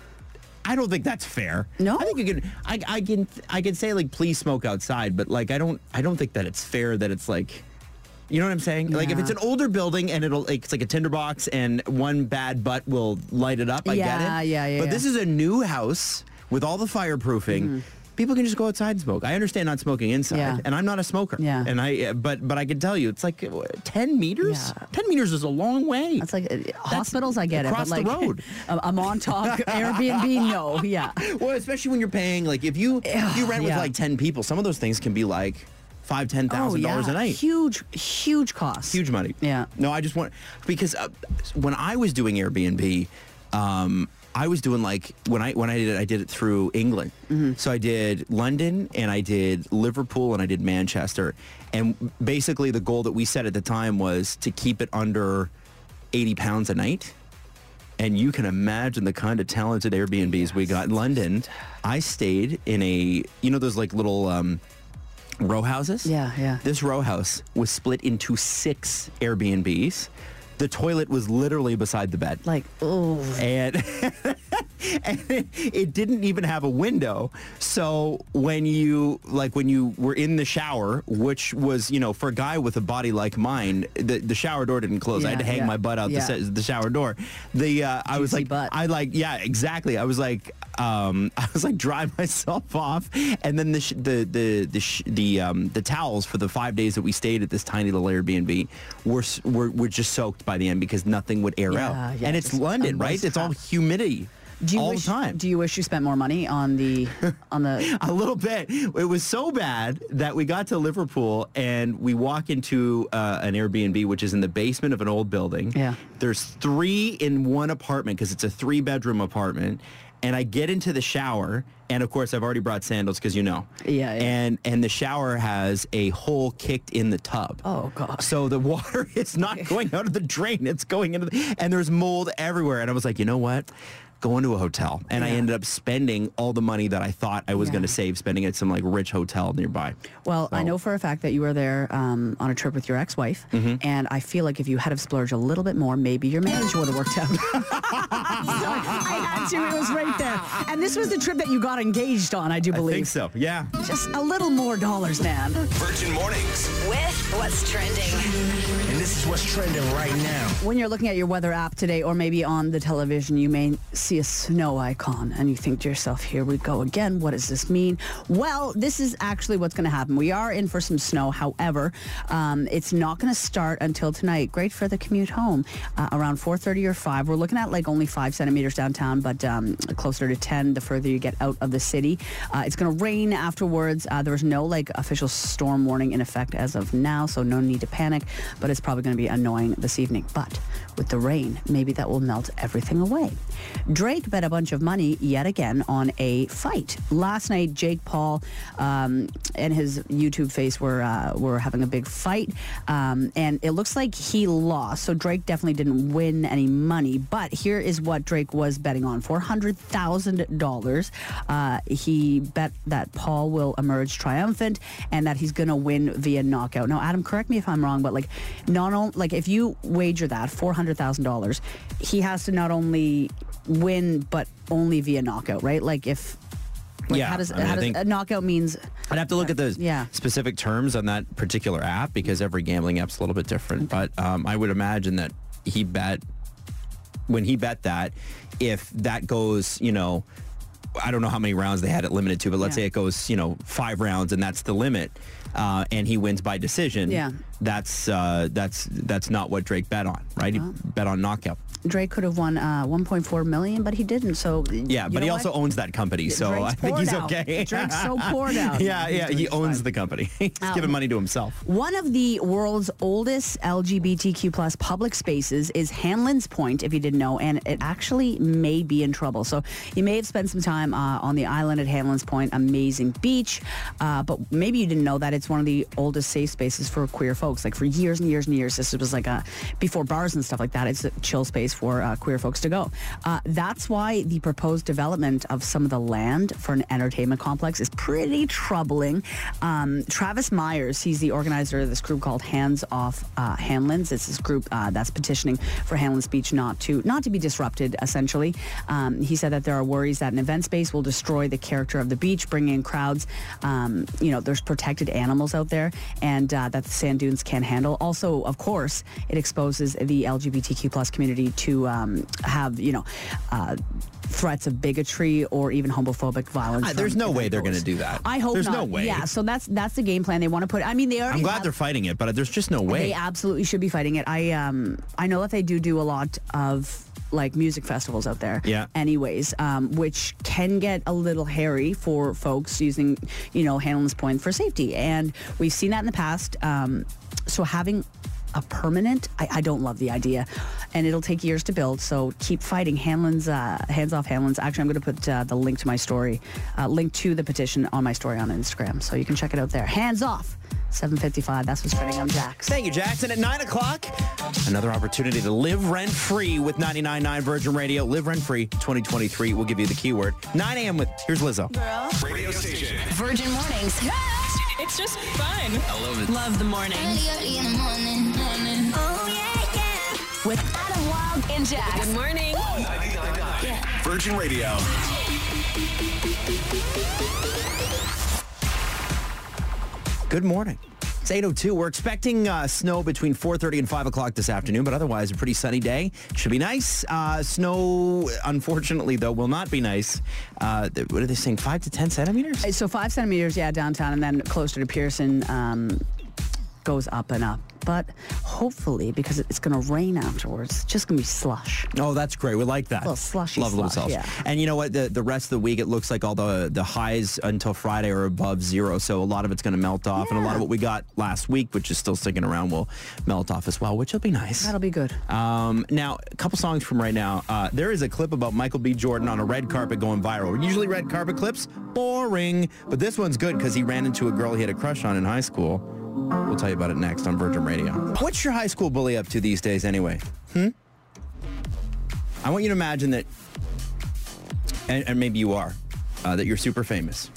Speaker 3: I don't think that's fair.
Speaker 4: No?
Speaker 3: I think you can. I, I can. I can say like, please smoke outside, but like, I don't. I don't think that it's fair that it's like. You know what I'm saying? Like if
Speaker 4: Yeah.
Speaker 3: it's an older building and it'll like, it's like a tinderbox and one bad butt will light it up, I get it.
Speaker 4: Yeah, yeah, yeah,
Speaker 3: But
Speaker 4: yeah. Mm-hmm.
Speaker 3: this is a new house with all the fireproofing. People can just go outside and smoke. I understand not smoking inside,
Speaker 4: Yeah.
Speaker 3: and I'm not a smoker.
Speaker 4: Yeah.
Speaker 3: And I, but but I can tell you, it's like uh, ten meters.
Speaker 4: Yeah.
Speaker 3: Ten meters is a long way.
Speaker 4: That's like uh, hospitals, I get
Speaker 3: across the
Speaker 4: it. But like,
Speaker 3: road.
Speaker 4: a, a Montauk Airbnb, no. Yeah.
Speaker 3: Well, especially when you're paying like if you if you rent with
Speaker 4: yeah.
Speaker 3: like ten people, some of those things can be like five ten thousand dollars a night.
Speaker 4: Oh, Huge, huge cost.
Speaker 3: Huge money.
Speaker 4: Yeah.
Speaker 3: No, I just want because uh, when I was doing Airbnb, um, I was doing like when I when I did it, I did it through England.
Speaker 4: Mm-hmm.
Speaker 3: So I did London and I did Liverpool and I did Manchester, and basically the goal that we set at the time was to keep it under eighty pounds a night. And you can imagine the kind of talented Airbnbs we got in London. I stayed in a, you know, those like little um, row houses?
Speaker 4: Yeah, yeah.
Speaker 3: This row house was split into six Airbnbs. The toilet was literally beside the bed.
Speaker 4: Like, oh.
Speaker 3: and, and it didn't even have a window. So when you like when you were in the shower, which was you know for a guy with a body like mine, the, the shower door didn't close. I had to
Speaker 4: Yeah,
Speaker 3: hang
Speaker 4: yeah,
Speaker 3: my butt out
Speaker 4: yeah.
Speaker 3: the, se- the shower door. The uh, I was
Speaker 4: Juicy
Speaker 3: like
Speaker 4: butt.
Speaker 3: I like yeah exactly. I was like um, I was like dry myself off, and then the sh- the the the sh- the, um, the towels for the five days that we stayed at this tiny little Airbnb were s- were, were just soaked by the end because nothing would air
Speaker 4: Yeah,
Speaker 3: out.
Speaker 4: yeah,
Speaker 3: and it's
Speaker 4: just
Speaker 3: London, right? It's all humidity
Speaker 4: Do you
Speaker 3: all
Speaker 4: wish,
Speaker 3: the time.
Speaker 4: Do you wish you spent more money on the on the?
Speaker 3: a little bit. It was so bad that we got to Liverpool and we walk into uh, an Airbnb, which is in the basement of an old building.
Speaker 4: Yeah.
Speaker 3: There's three in one apartment because it's a three bedroom apartment. And I get into the shower. And of course, I've already brought sandals because you know.
Speaker 4: Yeah, yeah.
Speaker 3: And and the shower has a hole kicked in the tub.
Speaker 4: Oh, God.
Speaker 3: So the water is not going out of the drain; it's going into the and there's mold everywhere. And I was like, you know what? Going to a hotel, and I
Speaker 4: Yeah.
Speaker 3: ended up spending all the money that I thought I was
Speaker 4: Yeah.
Speaker 3: going to save, spending at some like rich hotel nearby.
Speaker 4: Well, I
Speaker 3: So-
Speaker 4: know for a fact that you were there um, on a trip with your ex-wife,
Speaker 3: Mm-hmm.
Speaker 4: and I feel like if you had have splurged a little bit more, maybe your marriage would have worked out. so I had to. It was right there. And this was the trip that you got engaged on, I do
Speaker 3: I
Speaker 4: believe.
Speaker 3: think so. Yeah.
Speaker 4: Just a little more dollars, man.
Speaker 1: Virgin Mornings.
Speaker 2: With what's trending.
Speaker 7: And this is what's trending right now.
Speaker 4: When you're looking at your weather app today, or maybe on the television, you may see a snow icon and you think to yourself, here we go again. What does this mean? Well, this is actually what's going to happen. We are in for some snow. However, um, it's not going to start until tonight. Great for the commute home uh, around 4.30 or 5. We're looking at like only 5 centimeters downtown, but um, closer to 10 the further you get out of the city. Uh, it's going to rain afterwards. Uh, there was no like official storm warning in effect as of now, so no need to panic, but it's probably going to be annoying this evening. But with the rain, maybe that will melt everything away. Drake bet a bunch of money yet again on a fight. Last night, Jake Paul um, and his YouTube face were, uh, were having a big fight, um, and it looks like he lost. So Drake definitely didn't win any money, but here is what Drake was betting on $400,000. Uh, he bet that Paul will emerge triumphant and that he's going to win via knockout. Now, Adam, correct me if I'm wrong, but like, not only like if you wager that $400,000, he has to not only win but only via knockout, right? Like if like
Speaker 3: Yeah,
Speaker 4: how does,
Speaker 3: I mean, I
Speaker 4: how does
Speaker 3: think-
Speaker 4: a knockout means
Speaker 3: I'd have to look at the
Speaker 4: Yeah.
Speaker 3: specific terms on that particular app because every gambling app's a little bit different. But um, I would imagine that he bet when he bet that if that goes, you know, I don't know how many rounds they had it limited to, but let's
Speaker 4: Yeah.
Speaker 3: say it goes, you know, five rounds and that's the limit, uh, and he wins by decision.
Speaker 4: Yeah.
Speaker 3: That's uh, that's that's not what Drake bet on, right? He bet on knockout.
Speaker 4: Drake could have won uh, 1.4 million, but he didn't. So
Speaker 3: Yeah,
Speaker 4: you
Speaker 3: but he
Speaker 4: know
Speaker 3: also
Speaker 4: what?
Speaker 3: owns that company, so
Speaker 4: Drake's
Speaker 3: I think
Speaker 4: poured
Speaker 3: he's
Speaker 4: out.
Speaker 3: okay.
Speaker 4: Drake's so poured out.
Speaker 3: yeah,
Speaker 4: He's
Speaker 3: yeah,
Speaker 4: doing
Speaker 3: he owns
Speaker 4: fine.
Speaker 3: the company. he's
Speaker 4: Um,
Speaker 3: giving money to himself.
Speaker 4: One of the world's oldest LGBTQ plus public spaces is Hanlon's Point, if you didn't know, and it actually may be in trouble. So you may have spent some time uh, on the island at Hanlon's Point, amazing beach, uh, but maybe you didn't know that it's one of the oldest safe spaces for queer folks. Like for years and years and years, this was like a before bars and stuff like that. It's a chill space for uh, queer folks to go. Uh, that's why the proposed development of some of the land for an entertainment complex is pretty troubling. Um, Travis Myers, he's the organizer of this group called Hands Off uh, Hanlon's. It's this group uh, that's petitioning for Hanlon's Beach not to not to be disrupted. Essentially, um, he said that there are worries that an event space will destroy the character of the beach, bring in crowds. Um, you know, there's protected animals out there, and uh, that the sand dunes can't handle. Also, of course, it exposes the LGBTQ plus community to um, have you know. Uh, threats of bigotry or even homophobic violence.
Speaker 3: Uh,
Speaker 4: from
Speaker 3: there's no way they're
Speaker 4: individuals.
Speaker 3: gonna do that.
Speaker 4: I hope
Speaker 3: There's
Speaker 4: not.
Speaker 3: no way.
Speaker 4: Yeah, so that's that's the game plan they want to put. I mean, they already.
Speaker 3: I'm glad
Speaker 4: have- uh,
Speaker 3: they're fighting it, but there's just no way.
Speaker 4: They absolutely should be fighting it. I um I know that they do do a lot of like music festivals out there.
Speaker 3: Yeah.
Speaker 4: Anyways, um, which can get a little hairy for folks using, you know, Hanlon's Point for safety, and we've seen that in the past. Um, so having a permanent, I, I don't love the idea, and it'll take years to build. So keep fighting. Hanlon's uh, hands off Hanlon's. Actually, I'm going to put uh, the link to my story, uh, link to the petition on my story on Instagram, so you can check it out there. Hands off. 755. That's what's trending on Jax.
Speaker 3: Thank you, Jackson. At 9 o'clock, another opportunity to live rent free with 99.9 Virgin Radio. Live rent free 2023. We'll give you the keyword. 9 a.m. with, here's Lizzo.
Speaker 1: Radio station.
Speaker 2: Virgin Mornings.
Speaker 6: It's just fun. I love
Speaker 2: it.
Speaker 6: Love the morning.
Speaker 8: Early in the morning, morning. Oh yeah, yeah.
Speaker 2: With Adam Wild and Jax. Good morning.
Speaker 1: 99.9 Virgin Radio.
Speaker 3: Good morning. It's 802. We're expecting uh, snow between 4.30 and 5 o'clock this afternoon, but otherwise a pretty sunny day. Should be nice. Uh, snow, unfortunately, though, will not be nice. Uh, th- what are they saying? 5 to 10 centimeters?
Speaker 4: So five centimeters, yeah, downtown, and then closer to Pearson um, goes up and up. But hopefully, because it's going to rain afterwards, it's just going to be slush.
Speaker 3: Oh, that's great. We like that.
Speaker 4: Little slushy
Speaker 3: Love little
Speaker 4: slush,
Speaker 3: self.
Speaker 4: yeah.
Speaker 3: And you know what? The the rest of the week, it looks like all the the highs until Friday are above zero. So a lot of it's going to melt off, and a lot of what we got last week, which is still sticking around, will melt off as well, which will be nice.
Speaker 4: That'll be good.
Speaker 3: Um, now, a couple songs from right now. Uh, there is a clip about Michael B. Jordan on a red carpet going viral. Usually red carpet clips, boring. But this one's good because he ran into a girl he had a crush on in high school. We'll tell you about it next on Virgin Radio. What's your high school bully up to these days anyway? Hmm? I want you to imagine that, and, and maybe you are, uh, that you're super famous.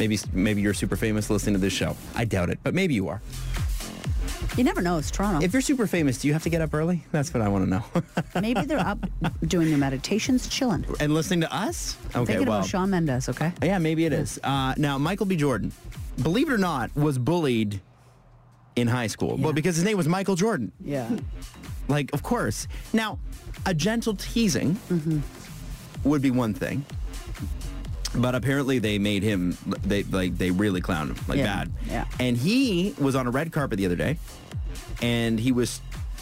Speaker 3: Maybe, maybe you're super famous listening to this show. I doubt it, but maybe you are.
Speaker 4: You never know. It's Toronto.
Speaker 3: If you're super famous, do you have to get up early? That's what I want to know.
Speaker 4: Maybe they're up doing their meditations, chilling.
Speaker 3: and listening to us? Okay,
Speaker 4: Thinking
Speaker 3: well,
Speaker 4: about Shawn Mendes, okay?
Speaker 3: yeah, maybe it is. Uh, now, Michael B. Jordan, believe it or not, was bullied in high school,
Speaker 4: Yeah.
Speaker 3: but because his name was Michael Jordan,
Speaker 4: Yeah.
Speaker 3: like of course. Now, a gentle teasing would be one thing, but apparently they made him they like they really clowned him like
Speaker 4: Yeah,
Speaker 3: bad.
Speaker 4: yeah.
Speaker 3: And he was on a red carpet the other day, and he was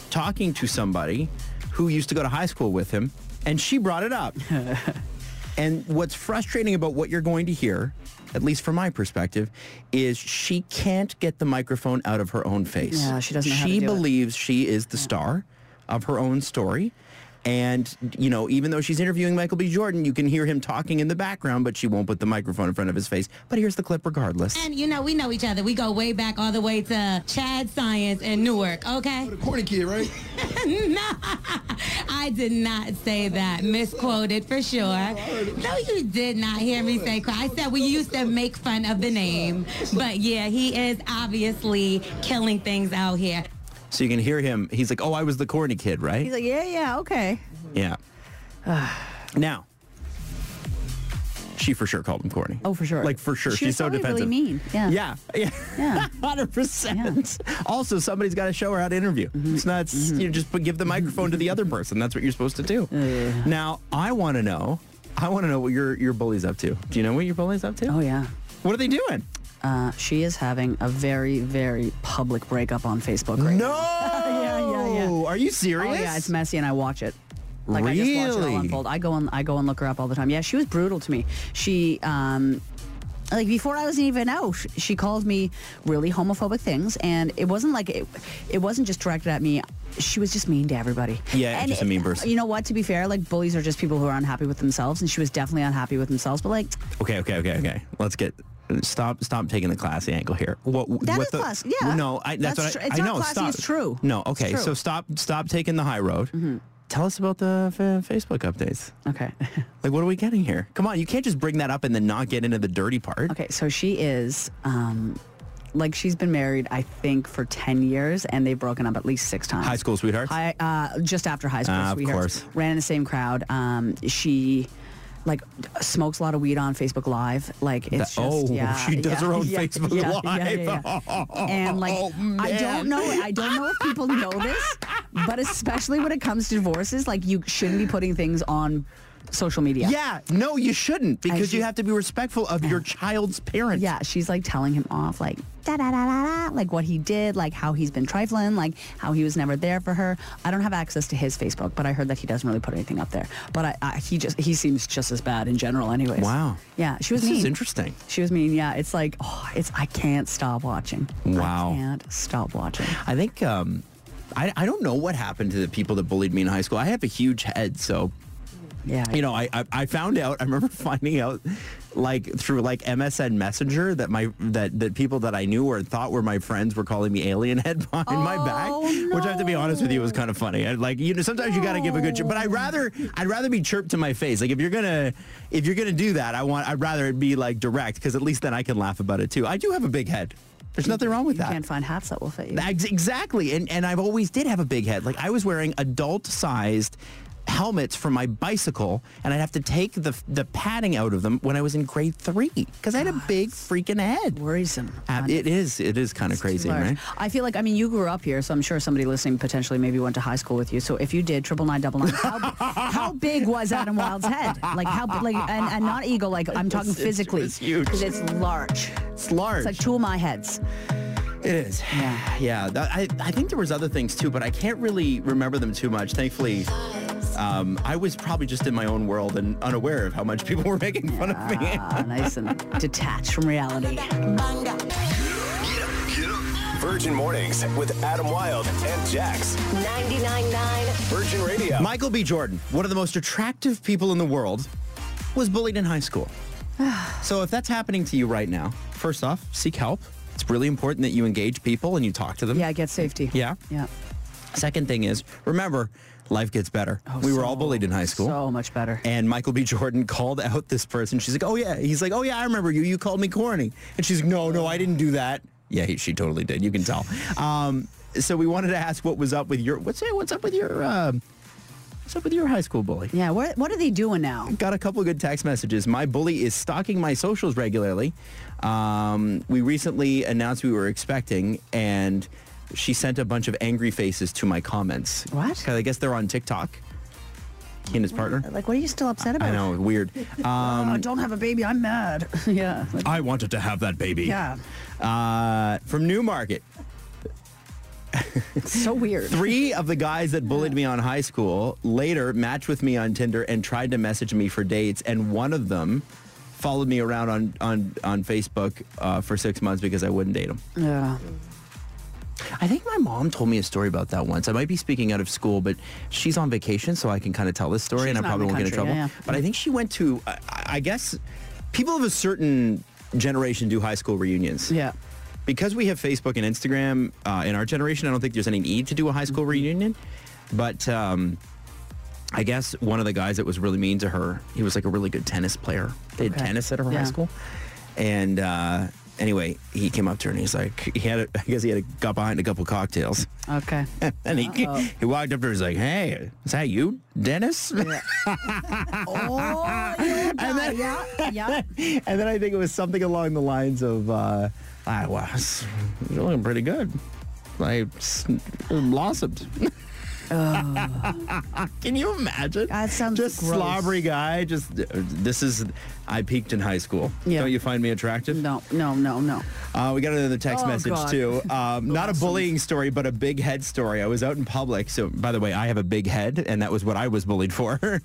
Speaker 3: talking to somebody who used to go to high school with him, and she brought it up. And what's frustrating about what you're going to hear, at least from my perspective, is she can't get the microphone out of her own face.
Speaker 4: Yeah, she doesn't know how to
Speaker 3: She
Speaker 4: do it.
Speaker 3: believes she is the star of her own story. And, you know, even though she's interviewing Michael B. Jordan, you can hear him talking in the background, but she won't put the microphone in front of his face. But here's the clip regardless.
Speaker 9: And you know, we know each other. We go way back all the way to Chad Science and Newark, okay?
Speaker 7: Corny kid, right?
Speaker 9: no, I did not say that. Misquoted for sure. No, you did not hear me say cry. I said we used to make fun of the name. But yeah, he is obviously killing things out here.
Speaker 3: So you can hear him. He's like, oh, I was the corny kid, right?
Speaker 4: He's like, yeah, yeah, okay.
Speaker 3: yeah. now, she for sure called him corny.
Speaker 4: Oh, for sure.
Speaker 3: Like, for sure.
Speaker 4: She
Speaker 3: she's
Speaker 4: was
Speaker 3: so
Speaker 4: probably
Speaker 3: defensive.
Speaker 4: really mean. Yeah.
Speaker 3: Yeah. Yeah.
Speaker 4: Yeah.
Speaker 3: 100%. Also, somebody's got to show her how to interview.
Speaker 4: Mm-hmm.
Speaker 3: It's not, you know, just put, give the microphone to the other person. That's what you're supposed to do. Now, I want to know I want to know what your your bully's up to. Do you know what your bully's up to?
Speaker 4: Oh, yeah.
Speaker 3: What are they doing?
Speaker 4: Uh, she is having a very, very public breakup on Facebook right
Speaker 3: No.
Speaker 4: now. yeah, yeah.
Speaker 3: Are you serious?
Speaker 4: Oh yeah, it's messy, and I watch it. Like I just watch it
Speaker 3: Really?
Speaker 4: all unfold. I go and I go and look her up all the time. Yeah, she was brutal to me. She um. Like before I was even out, sh- she called me really homophobic things, and it wasn't like it, it wasn't just directed at me. She was just mean to everybody.
Speaker 3: Yeah,
Speaker 4: and
Speaker 3: just a mean person.
Speaker 4: You know what? To be fair, like bullies are just people who are unhappy with themselves, and she was definitely unhappy with themselves. But like,
Speaker 3: Okay, okay, okay, okay. Let's get stop stop taking the classy angle here. What
Speaker 4: That
Speaker 3: what
Speaker 4: is
Speaker 3: the,
Speaker 4: class- yeah.
Speaker 3: No, I, that's,
Speaker 4: That's
Speaker 3: what
Speaker 4: tr-
Speaker 3: I,
Speaker 4: it's
Speaker 3: I
Speaker 4: not
Speaker 3: know.
Speaker 4: classy,
Speaker 3: stop.
Speaker 4: it's true.
Speaker 3: No,
Speaker 4: It's
Speaker 3: okay.
Speaker 4: true. Mm-hmm.
Speaker 3: So stop stop taking the high road. Tell us about the fa- Facebook updates.
Speaker 4: okay,
Speaker 3: Like, what are we getting here? Come on, you can't just bring that up and then not get into the dirty part.
Speaker 4: Okay, so she is, um, like, she's been married, I think, for 10 years, and they've broken up at least six times.
Speaker 3: High school sweethearts?
Speaker 4: High, uh, just after high school
Speaker 3: Ah, of
Speaker 4: sweethearts.
Speaker 3: course.
Speaker 4: Ran in the same crowd. Um, she, like, smokes a lot of weed on Facebook Live. Like, it's just,
Speaker 3: That- oh,
Speaker 4: yeah.
Speaker 3: she does
Speaker 4: yeah,
Speaker 3: her own
Speaker 4: yeah,
Speaker 3: Facebook
Speaker 4: yeah, yeah, yeah,
Speaker 3: Live.
Speaker 4: yeah. and, like,
Speaker 3: Oh,
Speaker 4: I
Speaker 3: man.
Speaker 4: don't know, I don't know if people know this, but especially when it comes to divorces, like, you shouldn't be putting things on social media.
Speaker 3: Yeah, no, you shouldn't because you
Speaker 4: should-
Speaker 3: have to be respectful of your child's parents.
Speaker 4: Yeah, she's like telling him off, like da da da da da, like what he did, like how he's been trifling, like how he was never there for her. I don't have access to his Facebook, but I heard that he doesn't really put anything up there. But I, I he just he seems just as bad in general, anyways.
Speaker 3: Wow.
Speaker 4: Yeah, she was
Speaker 3: This is
Speaker 4: mean.
Speaker 3: interesting.
Speaker 4: She was mean. Yeah, it's like oh, it's I can't stop watching.
Speaker 3: Wow.
Speaker 4: I can't stop watching.
Speaker 3: I think um, I, I don't know what happened to the people that bullied me in high school. I have a huge head, so
Speaker 4: Yeah.
Speaker 3: you know, I, I I found out. I remember finding out, like through like MSN Messenger, that my that that people that I knew or thought were my friends were calling me alien head behind
Speaker 4: Oh,
Speaker 3: my back, which I have to be honest with you was kind of funny. I, like you know, sometimes you got to give a good chirp, but I would rather I'd rather be chirped to my face. Like if you're gonna if you're gonna do that, I want I'd rather it be like direct because at least then I can laugh about it too. I do have a big head. There's nothing wrong with
Speaker 4: you
Speaker 3: that.
Speaker 4: can't find hats that will fit you.
Speaker 3: Ex- Exactly. And and I've always did have a big head. Like I was wearing adult sized helmets for my bicycle and I'd have to take the the padding out of them when I was in grade 3 cuz I had a big freaking head.
Speaker 4: Worrisome.
Speaker 3: Uh,
Speaker 4: man.
Speaker 3: it is it is kind of crazy,
Speaker 4: large.
Speaker 3: right?
Speaker 4: I feel like I mean you grew up here, so I'm sure somebody listening potentially maybe went to high school with you. So if you did, triple nine double nine, how, how big was Adam Wilde's head? Like how like and, and not ego, like I'm talking
Speaker 3: It's- it
Speaker 4: physically.
Speaker 3: was huge.
Speaker 4: 'Cause It's large.
Speaker 3: It's large.
Speaker 4: It's like two of my heads.
Speaker 3: It is.
Speaker 4: Yeah.
Speaker 3: Yeah. that- I, I think there was other things too, but I can't really remember them too much. Thankfully, um, I was probably just in my own world and unaware of how much people were making fun of me.
Speaker 4: Ah, nice and detached from reality.
Speaker 1: Virgin Mornings with Adam Wilde and Jax.
Speaker 2: 99.9
Speaker 1: Virgin Radio.
Speaker 3: Michael B. Jordan, one of the most attractive people in the world, was bullied in high school. so if that's happening to you right now, first off, seek help. It's really important that you engage people and you talk to them.
Speaker 4: Yeah, get safety.
Speaker 3: Yeah?
Speaker 4: Yeah.
Speaker 3: Second thing is, remember, life gets better. we were all
Speaker 4: Oh, so-
Speaker 3: bullied in high school.
Speaker 4: So much better.
Speaker 3: And Michael B. Jordan called out this person. She's like, "Oh yeah." He's like, "Oh yeah, I remember you. You called me corny." And she's like, "No, no, I didn't do that." Yeah, he, she totally did. You can tell. Um, so we wanted to ask what was up with your what's what's up with your um what's up with your high school bully?
Speaker 4: Yeah, what what are they doing now?
Speaker 3: Got a couple good text messages. My bully is stalking my socials regularly. Um, we recently announced we were expecting, and she sent a bunch of angry faces to my comments.
Speaker 4: What?
Speaker 3: 'Cause I guess they're on TikTok. He and his partner.
Speaker 4: Like, what are you still upset about?
Speaker 3: I know, weird. Um,
Speaker 4: Oh, don't have a baby. I'm mad. yeah. Like,
Speaker 3: I wanted to have that baby.
Speaker 4: yeah.
Speaker 3: Uh, from Newmarket,
Speaker 4: It's so weird.
Speaker 3: three of the guys that bullied me on high school later matched with me on Tinder and tried to message me for dates, and one of them followed me around on on on Facebook uh, for six months because I wouldn't date him.
Speaker 4: Yeah.
Speaker 3: I think my mom told me a story about that once. I might be speaking out of school, but she's on vacation, so I can kind of tell this story,
Speaker 4: She's
Speaker 3: and I
Speaker 4: not
Speaker 3: probably
Speaker 4: in the
Speaker 3: won't get in
Speaker 4: country,
Speaker 3: trouble.
Speaker 4: yeah, yeah.
Speaker 3: But I think she went to, I, I guess, people of a certain generation do high school reunions.
Speaker 4: Yeah.
Speaker 3: Because we have Facebook and Instagram uh, in our generation, I don't think there's any need to do a high school
Speaker 4: Mm-hmm.
Speaker 3: reunion. But um, I guess one of the guys that was really mean to her, he was like a really good tennis player. They had
Speaker 4: Okay.
Speaker 3: tennis at her high
Speaker 4: Yeah.
Speaker 3: school. And uh, anyway, he came up to her and he's like, he had, a, I guess he had a, got behind a couple cocktails.
Speaker 4: Okay.
Speaker 3: And he, he walked up to her and he's like, hey, is that you, Dennis?
Speaker 4: oh, you die. yeah, yeah.
Speaker 3: and then I think it was something along the lines of, uh, I was you're looking pretty good. I s- blossomed. Can you imagine?
Speaker 4: That sounds
Speaker 3: just
Speaker 4: gross.
Speaker 3: slobbery guy. Just uh, this is. I peaked in high school.
Speaker 4: Yeah.
Speaker 3: Don't you find me attractive?
Speaker 4: No, no, no, no.
Speaker 3: Uh, we got another text
Speaker 4: Oh,
Speaker 3: message
Speaker 4: God.
Speaker 3: too. Um, not a bullying story, but a big head story. I was out in public. So, by the way, I have a big head, and that was what I was bullied for. a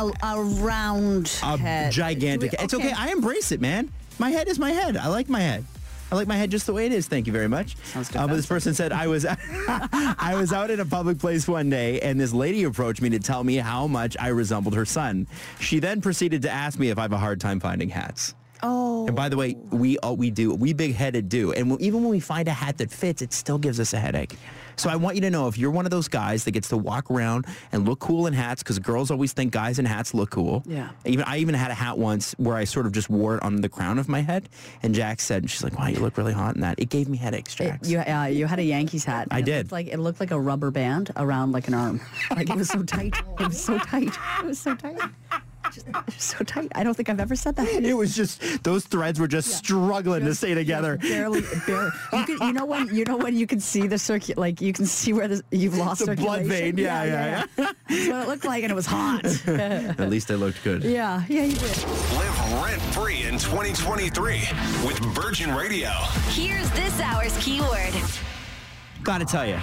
Speaker 4: A, a round head.
Speaker 3: gigantic.
Speaker 4: Do we-
Speaker 3: It's okay. I embrace it, man. My head is my head. I like my head. I like my head just the way it is. Thank you very much.
Speaker 4: Sounds
Speaker 3: Uh, but this
Speaker 4: defensive.
Speaker 3: person said I was I was out in a public place one day, and this lady approached me to tell me how much I resembled her son. She then proceeded to ask me if I have a hard time finding hats.
Speaker 4: Oh.
Speaker 3: And by the way, we all we do, we big headed do. And even when we find a hat that fits, it still gives us a headache. So I want you to know if you're one of those guys that gets to walk around and look cool in hats, because girls always think guys in hats look cool.
Speaker 4: Yeah.
Speaker 3: Even I even had a hat once where I sort of just wore it on the crown of my head, and Jack said, "She's like, wow, you look really hot in that." It gave me headaches,
Speaker 4: It-
Speaker 3: Jax.
Speaker 4: you, uh, you had a Yankees hat.
Speaker 3: I
Speaker 4: It
Speaker 3: did.
Speaker 4: looked like it looked like a rubber band around like an arm. Like it was so tight. It was so tight. It was so tight. Just, just so tight. I don't think I've ever said that.
Speaker 3: it was just those threads were just struggling to stay together.
Speaker 4: Barely, barely. You, could, you know when you know when you can see the circuit, like you can see where the, you've lost
Speaker 3: The blood
Speaker 4: circulation?
Speaker 3: vein. Yeah, yeah,
Speaker 4: yeah. That's what it looked like, and it was hot.
Speaker 3: At least I looked good.
Speaker 4: yeah, yeah, you did.
Speaker 1: Live rent free in 2023 with Virgin Radio.
Speaker 2: Here's this hour's keyword.
Speaker 3: Gotta tell you,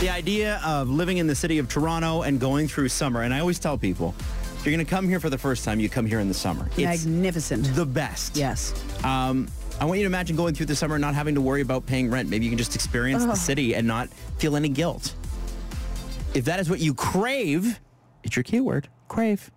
Speaker 3: the idea of living in the city of Toronto and going through summer, and I always tell people, if you're gonna come here for the first time, you come here in the summer. It's
Speaker 4: Magnificent.
Speaker 3: the best.
Speaker 4: yes.
Speaker 3: Um, I want you to imagine going through the summer and not having to worry about paying rent. Maybe you can just experience the city and not feel any guilt. If that is what you crave, it's your keyword, crave.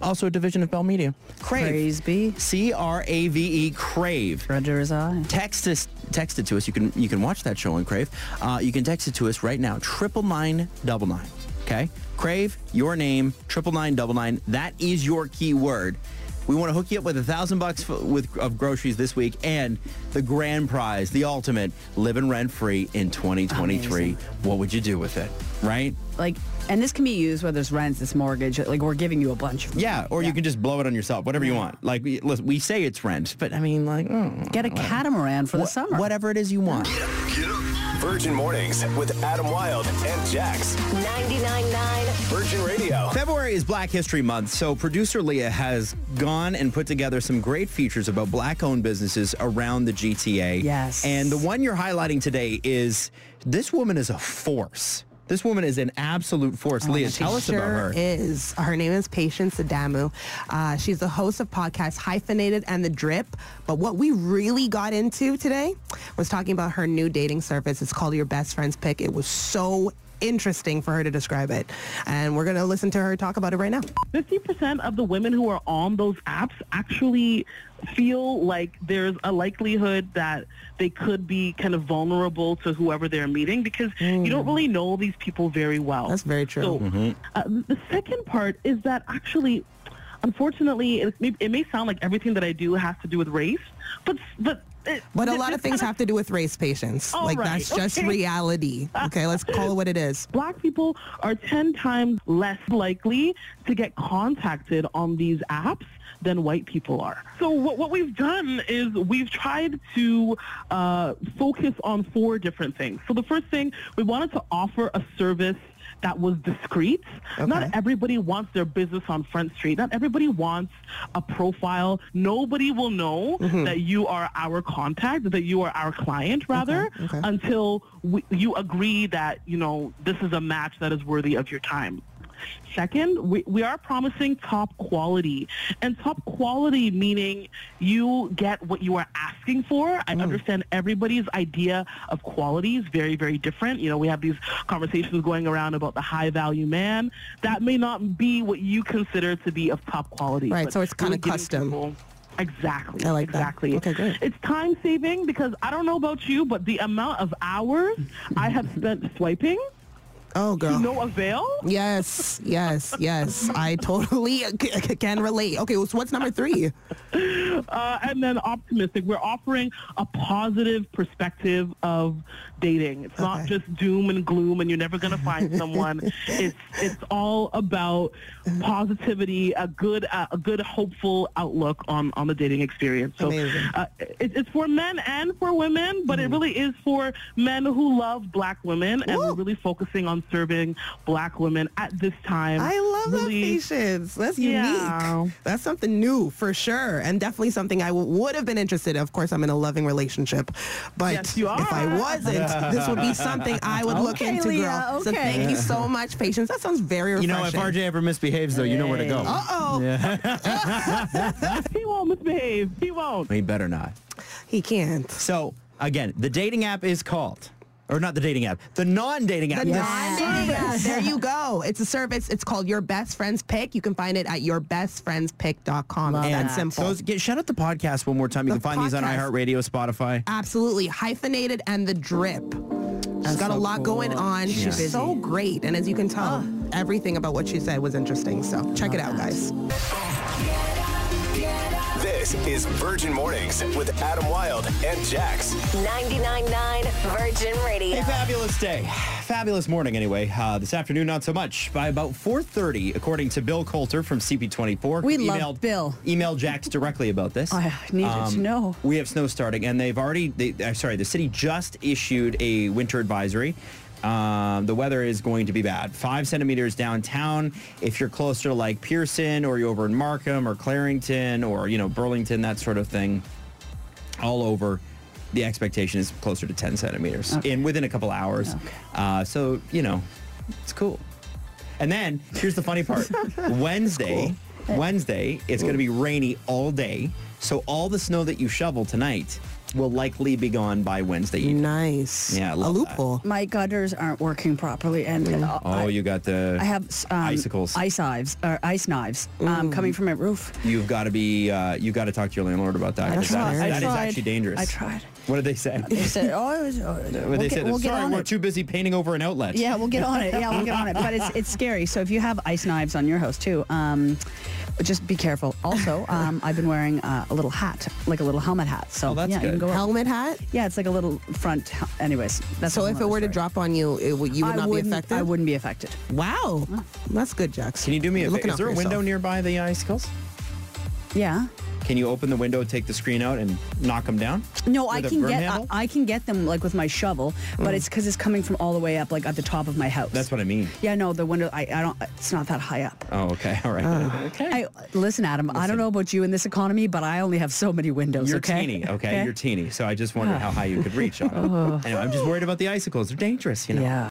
Speaker 3: Also a division of Bell Media. Crave.
Speaker 4: Praise be.
Speaker 3: C-R-A-V-E, E, crave
Speaker 4: Roger is I.
Speaker 3: text us text it to us you can you can watch that show on crave uh, you can text it to us right now triple nine double nine okay crave your name triple nine double nine that is your keyword we want to hook you up with a thousand bucks f- with of groceries this week and the grand prize the ultimate living rent free in 2023
Speaker 4: Amazing.
Speaker 3: what would you do with it right
Speaker 4: Like, and this can be used whether it's rents, it's mortgage. Like we're giving you a bunch. Of
Speaker 3: yeah or you can just blow it on yourself whatever you want like we, listen, we say it's rent but i mean like mm,
Speaker 4: get a catamaran for the
Speaker 3: wha-
Speaker 4: summer.
Speaker 3: whatever it is you want
Speaker 1: Virgin Mornings with Adam Wilde and Jax.
Speaker 2: 99.9
Speaker 1: Virgin Radio.
Speaker 3: February is Black History Month, so producer Leah has gone and put together some great features about black-owned businesses around the GTA.
Speaker 4: Yes.
Speaker 3: And the one you're highlighting today is this woman is a force. This woman is an absolute force. Leah, tell us about her.
Speaker 5: Oh, Is her name is Patience Adamu. Uh, she's the host of podcasts Hyphenated and The Drip. But what we really got into today was talking about her new dating service. It's called Your Best Friend's Pick. It was so interesting for her to describe it, and we're gonna listen to her talk about it right now.
Speaker 10: 50% of the women who are on those apps actually feel like there's a likelihood that they could be kind of vulnerable to whoever they're meeting because you don't really know these people very well.
Speaker 5: Hmm. That's very true.
Speaker 10: So, uh, the second part is that actually, unfortunately, it may, it may sound like everything that I do has to do with race, but but it,
Speaker 5: But a
Speaker 10: it-
Speaker 5: lot
Speaker 10: it
Speaker 5: of things
Speaker 10: kinda
Speaker 5: have to do with race, Patience.
Speaker 10: All
Speaker 5: like
Speaker 10: right,
Speaker 5: that's just
Speaker 10: okay.
Speaker 5: reality. Okay, let's call it what it is.
Speaker 10: black people are 10 times less likely to get contacted on these apps than white people are. So what, what we've done is we've tried to uh, focus on four different things. So the first thing, we wanted to offer a service that was discreet. Not everybody wants their business on Front Street. Not everybody wants a profile. Nobody will know that you are our contact, that you are our client, rather,
Speaker 5: Mm-hmm. okay.
Speaker 10: until we, you agree that, you know, this is a match that is worthy of your time. Second, we, we are promising top quality. And top quality meaning you get what you are asking for.
Speaker 5: Hmm.
Speaker 10: I understand everybody's idea of quality is very, very different. You know, we have these conversations going around about the high value man. That may not be what you consider to be of top quality.
Speaker 5: Right,
Speaker 10: but
Speaker 5: so it's kinda
Speaker 10: really giving
Speaker 5: custom.
Speaker 10: people- Exactly.
Speaker 5: I like that.
Speaker 10: exactly.
Speaker 5: Okay, great.
Speaker 10: It's time saving because I don't know about you, but the amount of hours I have spent swiping
Speaker 5: Oh,
Speaker 10: to
Speaker 5: girl.
Speaker 10: no avail
Speaker 5: Yes, yes, yes. I totally c- c- can relate. Okay, so what's number three?
Speaker 10: uh, and then optimistic. We're offering a positive perspective of dating. It's not
Speaker 5: Okay.
Speaker 10: just doom and gloom, and you're never going to find someone. it's it's all about positivity, a good uh, a good hopeful outlook on on the dating experience. So
Speaker 5: Amazing. Mm.
Speaker 10: uh, it, it's for men and for women, but it really is for men who love black women, and we're really focusing on on serving black women at this time.
Speaker 5: I love
Speaker 10: Really-
Speaker 5: that patience. That's unique.
Speaker 10: Yeah.
Speaker 5: That's something new for sure, and definitely something I w- would have been interested. Of course, I'm in a loving relationship, but
Speaker 10: Yes, you
Speaker 5: if I
Speaker 10: are.
Speaker 5: wasn't, this would be something I would look
Speaker 4: Okay,
Speaker 5: into,
Speaker 4: Leah,
Speaker 5: girl. So
Speaker 4: okay.
Speaker 5: thank you so much, patience. That sounds very
Speaker 3: You
Speaker 5: refreshing.
Speaker 3: know, if RJ ever misbehaves, though, you know where to go.
Speaker 5: Uh oh,
Speaker 10: He won't misbehave. He won't.
Speaker 3: He better not.
Speaker 5: he can't.
Speaker 3: So again, the dating app is called, or not the dating app, the non-dating app.
Speaker 5: The
Speaker 3: The-
Speaker 5: non-dating. There you go. It's a service. It's called Your Best Friends Pick. You can find it at yourbestfriendspick.com. It's that simple.
Speaker 3: Those, get, shout out the podcast one more time. You
Speaker 5: The
Speaker 3: can find these on
Speaker 5: podcast.
Speaker 3: iHeartRadio, Spotify.
Speaker 5: Absolutely. Hyphenated and the drip. She's got a
Speaker 4: so
Speaker 5: lot
Speaker 4: cool.
Speaker 5: going on. She's
Speaker 4: busy.
Speaker 5: so great. And as you can tell, everything about what she said was interesting. So check it out, guys.
Speaker 1: This is Virgin Mornings with Adam Wilde and Jax.
Speaker 2: 99.9 Virgin Radio.
Speaker 3: A fabulous day. Fabulous morning, anyway. Uh, this afternoon, not so much. By about 4.30, according to Bill Coulter from CP24.
Speaker 4: We
Speaker 3: who
Speaker 4: love Bill.
Speaker 3: Emailed Jax directly about this. Um,
Speaker 4: I needed to know.
Speaker 3: We have snow starting, and they've already, they, uh, sorry, the city just issued a winter advisory. Um, the weather is going to be bad. Five centimeters downtown. If you're closer to like Pearson or you're over in Markham or Clarington or, you know, Burlington, that sort of thing, all over, the expectation is closer to 10 centimeters in within a couple hours. Uh, so, you know, it's cool. And then here's the funny part. Wednesday, Wednesday, it's going to be rainy all day. So all the snow that you shovel tonight will likely be gone by Wednesday evening.
Speaker 5: Nice.
Speaker 3: Yeah, I
Speaker 5: a
Speaker 3: love that.
Speaker 5: loophole.
Speaker 4: My gutters aren't working properly, and uh,
Speaker 3: Oh,
Speaker 4: I,
Speaker 3: you got the
Speaker 4: I have um,
Speaker 3: icicles.
Speaker 4: ice knives, or ice knives, um, coming from my roof.
Speaker 3: You've got to be. Uh, you got to talk to your landlord about that.
Speaker 5: I
Speaker 3: 'cause
Speaker 5: tried.
Speaker 3: that is-
Speaker 5: I
Speaker 3: that is
Speaker 4: tried.
Speaker 3: actually dangerous.
Speaker 4: I tried.
Speaker 3: What did they say?
Speaker 4: They said, "Oh, it was, oh,
Speaker 3: Well,
Speaker 4: we'll
Speaker 3: they
Speaker 4: get-
Speaker 3: said,
Speaker 4: we'll get
Speaker 3: sorry,
Speaker 4: on
Speaker 3: we're
Speaker 4: it."
Speaker 3: too busy painting over an outlet.
Speaker 4: Yeah, we'll get on it. Yeah, we'll get on it. But it's it's scary. So if you have ice knives on your house too, um, just be careful. Also, um, I've been wearing uh, a little hat, like a little helmet hat. So
Speaker 3: Oh, that's
Speaker 4: yeah, you can
Speaker 3: good.
Speaker 4: go. out-
Speaker 5: Helmet hat.
Speaker 4: Yeah, it's like a little front. hel- Anyways, that's a
Speaker 5: so
Speaker 4: whole
Speaker 5: if it
Speaker 4: nother
Speaker 5: were to
Speaker 4: story.
Speaker 5: drop on you, it would, you would
Speaker 4: I
Speaker 5: not be
Speaker 4: wouldn't-
Speaker 5: affected.
Speaker 4: I wouldn't be affected.
Speaker 5: Wow. That's good, Jax.
Speaker 3: Can you do me a
Speaker 5: You're
Speaker 3: favor?
Speaker 5: looking
Speaker 3: Is
Speaker 5: out
Speaker 3: there a
Speaker 5: for
Speaker 3: window
Speaker 5: yourself.
Speaker 3: nearby the icicles?
Speaker 4: Yeah.
Speaker 3: Can you open the window, take the screen out, and knock them down?
Speaker 4: No, I
Speaker 3: With a
Speaker 4: can
Speaker 3: broom
Speaker 4: get I,
Speaker 3: handle? Mm.
Speaker 4: I can get them like with my shovel, but it's because it's coming from all the way up, like at the top of my house.
Speaker 3: That's what I mean.
Speaker 4: Yeah, no, the window. I, I don't. It's not that high up.
Speaker 3: Oh, okay. All right. okay.
Speaker 4: I listen, Adam. I don't know about you in this economy, but I only have so many windows.
Speaker 3: You're
Speaker 4: okay?
Speaker 3: teeny, okay? You're teeny. So I just wondered how high you could reach on them. Anyway, I'm just worried about the icicles. They're dangerous, you know?
Speaker 4: yeah.